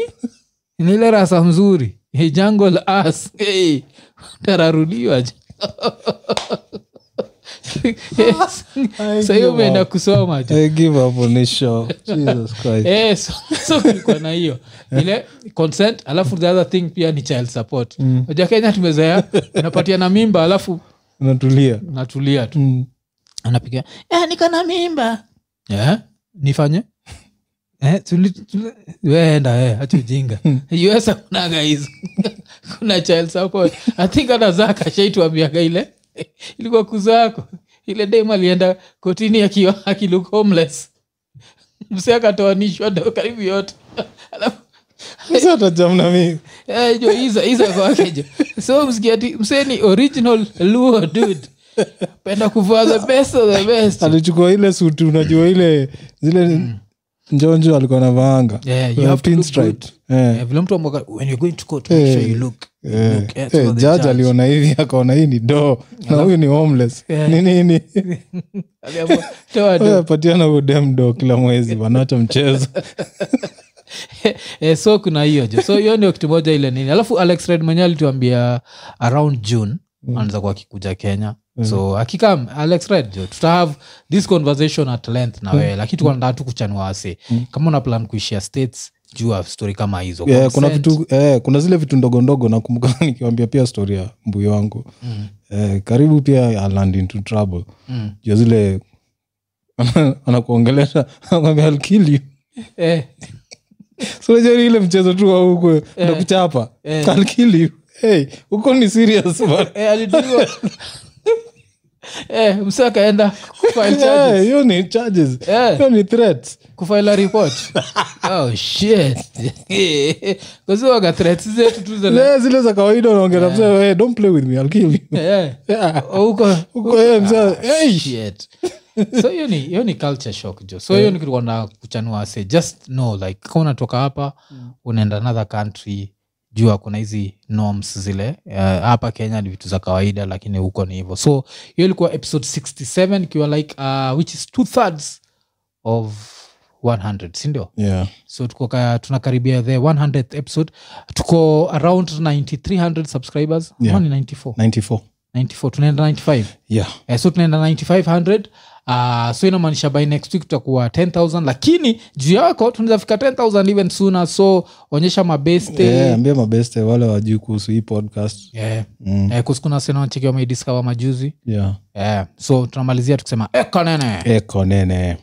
A: ni ile rasa mzuri Hey, jango la as hey, tararudiwa je. Yes, sahii umeenda kusoma tu
B: I eh, give up on this show. Jesus Christ.
A: Eh, so, so kulikuwa na hiyo ile consent alafu the other thing pia ni child support mm. kenya tumezoea unapatia na mimba alafu
B: Unatulia.
A: natulia tu
B: Mm.
A: anapiga eh, niko na mimba eh, nifanye eh, tuli, tuli, weenda eh, acha ujinga us akunaga hizo kuna child support i think hata zaka shaituambiaga ile ilikuwa kuzako ile dem alienda kotini akiwa akilook homeless mse akatoanishwa do karibu yote alafu
B: Sasa utajamna mimi.
A: Eh, jo iza iza kwake jo so msikiati mseni original luo dude penda kuvaa the best of the best
B: Alichukua ile suti unajua ile zile njonjo alikuwa anavaanga.
A: Mm. Yeah, you
B: Eh,
A: have to look
B: pinstripe.
A: good.
B: Eh.
A: Eh, vile mtu amwaka when you're going to court make
B: Eh,
A: sure you look, you
B: Eh,
A: look, eh,
B: eh,
A: so the
B: judge
A: judge-
B: aliona hivi akaona hii ni doo na huyu ni homeless ni nini
A: aliamua, toa do.
B: Wewe patiana huyu dem doo kila mwezi wanacha mchezo
A: Eh, so kuna hiyo jo so hiyo ndio kitu moja ile nini alafu alex red mwenyewe alituambia around june
B: Mm.
A: anaweza kuwa akikuja kenya so akikam alex red jo tutahave this conversation at length
B: Mm.
A: na wewe lakini tukanataka tu kuchanua wase kama una plan kuishia states juu ya story kama hizo
B: Yeah, kuna
A: Consent.
B: vitu eh, kuna zile vitu ndogo ndogo nakumbuka nikiwambia pia story ya mbuyu wangu mm. eh, karibu pia aland into trouble mm. jua zile anakuongelesha anakwambia I'll kill you
A: eh,
B: so unajua ni ile mchezo tu wa huko nakuchapa I'll kill you hey, huko ni serious man.
A: eh, alidiwa eh, msee akaenda kufile charges.
B: Eh, hiyo ni charges
A: Eh.
B: hiyo ni threats
A: kufaila ripot oh, shit. Kwa sababu waga threats zetu tu za-
B: Le, Eh, zile za kawaida unaongea msa hey, don't play with me I'll kill you
A: Eh,
B: Yeah.
A: huko
B: huko yeye msa hey,
A: shit. so hiyo ni hiyo ni culture shock jo so hiyo ni kitu na kuchanua se just no like kama unatoka hapa unaenda another country jua kuna hizi norms zile Eh, hapa kenya ni vitu za kawaida lakini huko ni hivyo so hiyo ilikuwa episode 67 ikiwa like uh, which is two thirds of 100 sindio
B: yeah.
A: so tuko ka, tunakaribia the 100th episode tuko around 9300 subscribers
B: Yeah.
A: yeah. ni 94
B: 94
A: 94 tunaenda 95
B: yeah
A: eh, so tunaenda 9500 uh, so inamaanisha by next week tutakuwa 10000 lakini juu yako tunaweza fika 10000 even sooner so onyesha mabeste
B: Yeah, ambia mabeste wale wajuu kuhusu hii podcast Mm.
A: yeah. eh, kusikuna sena wachekiwa maidiscover majuzi Eh,
B: yeah. Eh,
A: yeah. so tunamalizia tukisema ekonene
B: ekonene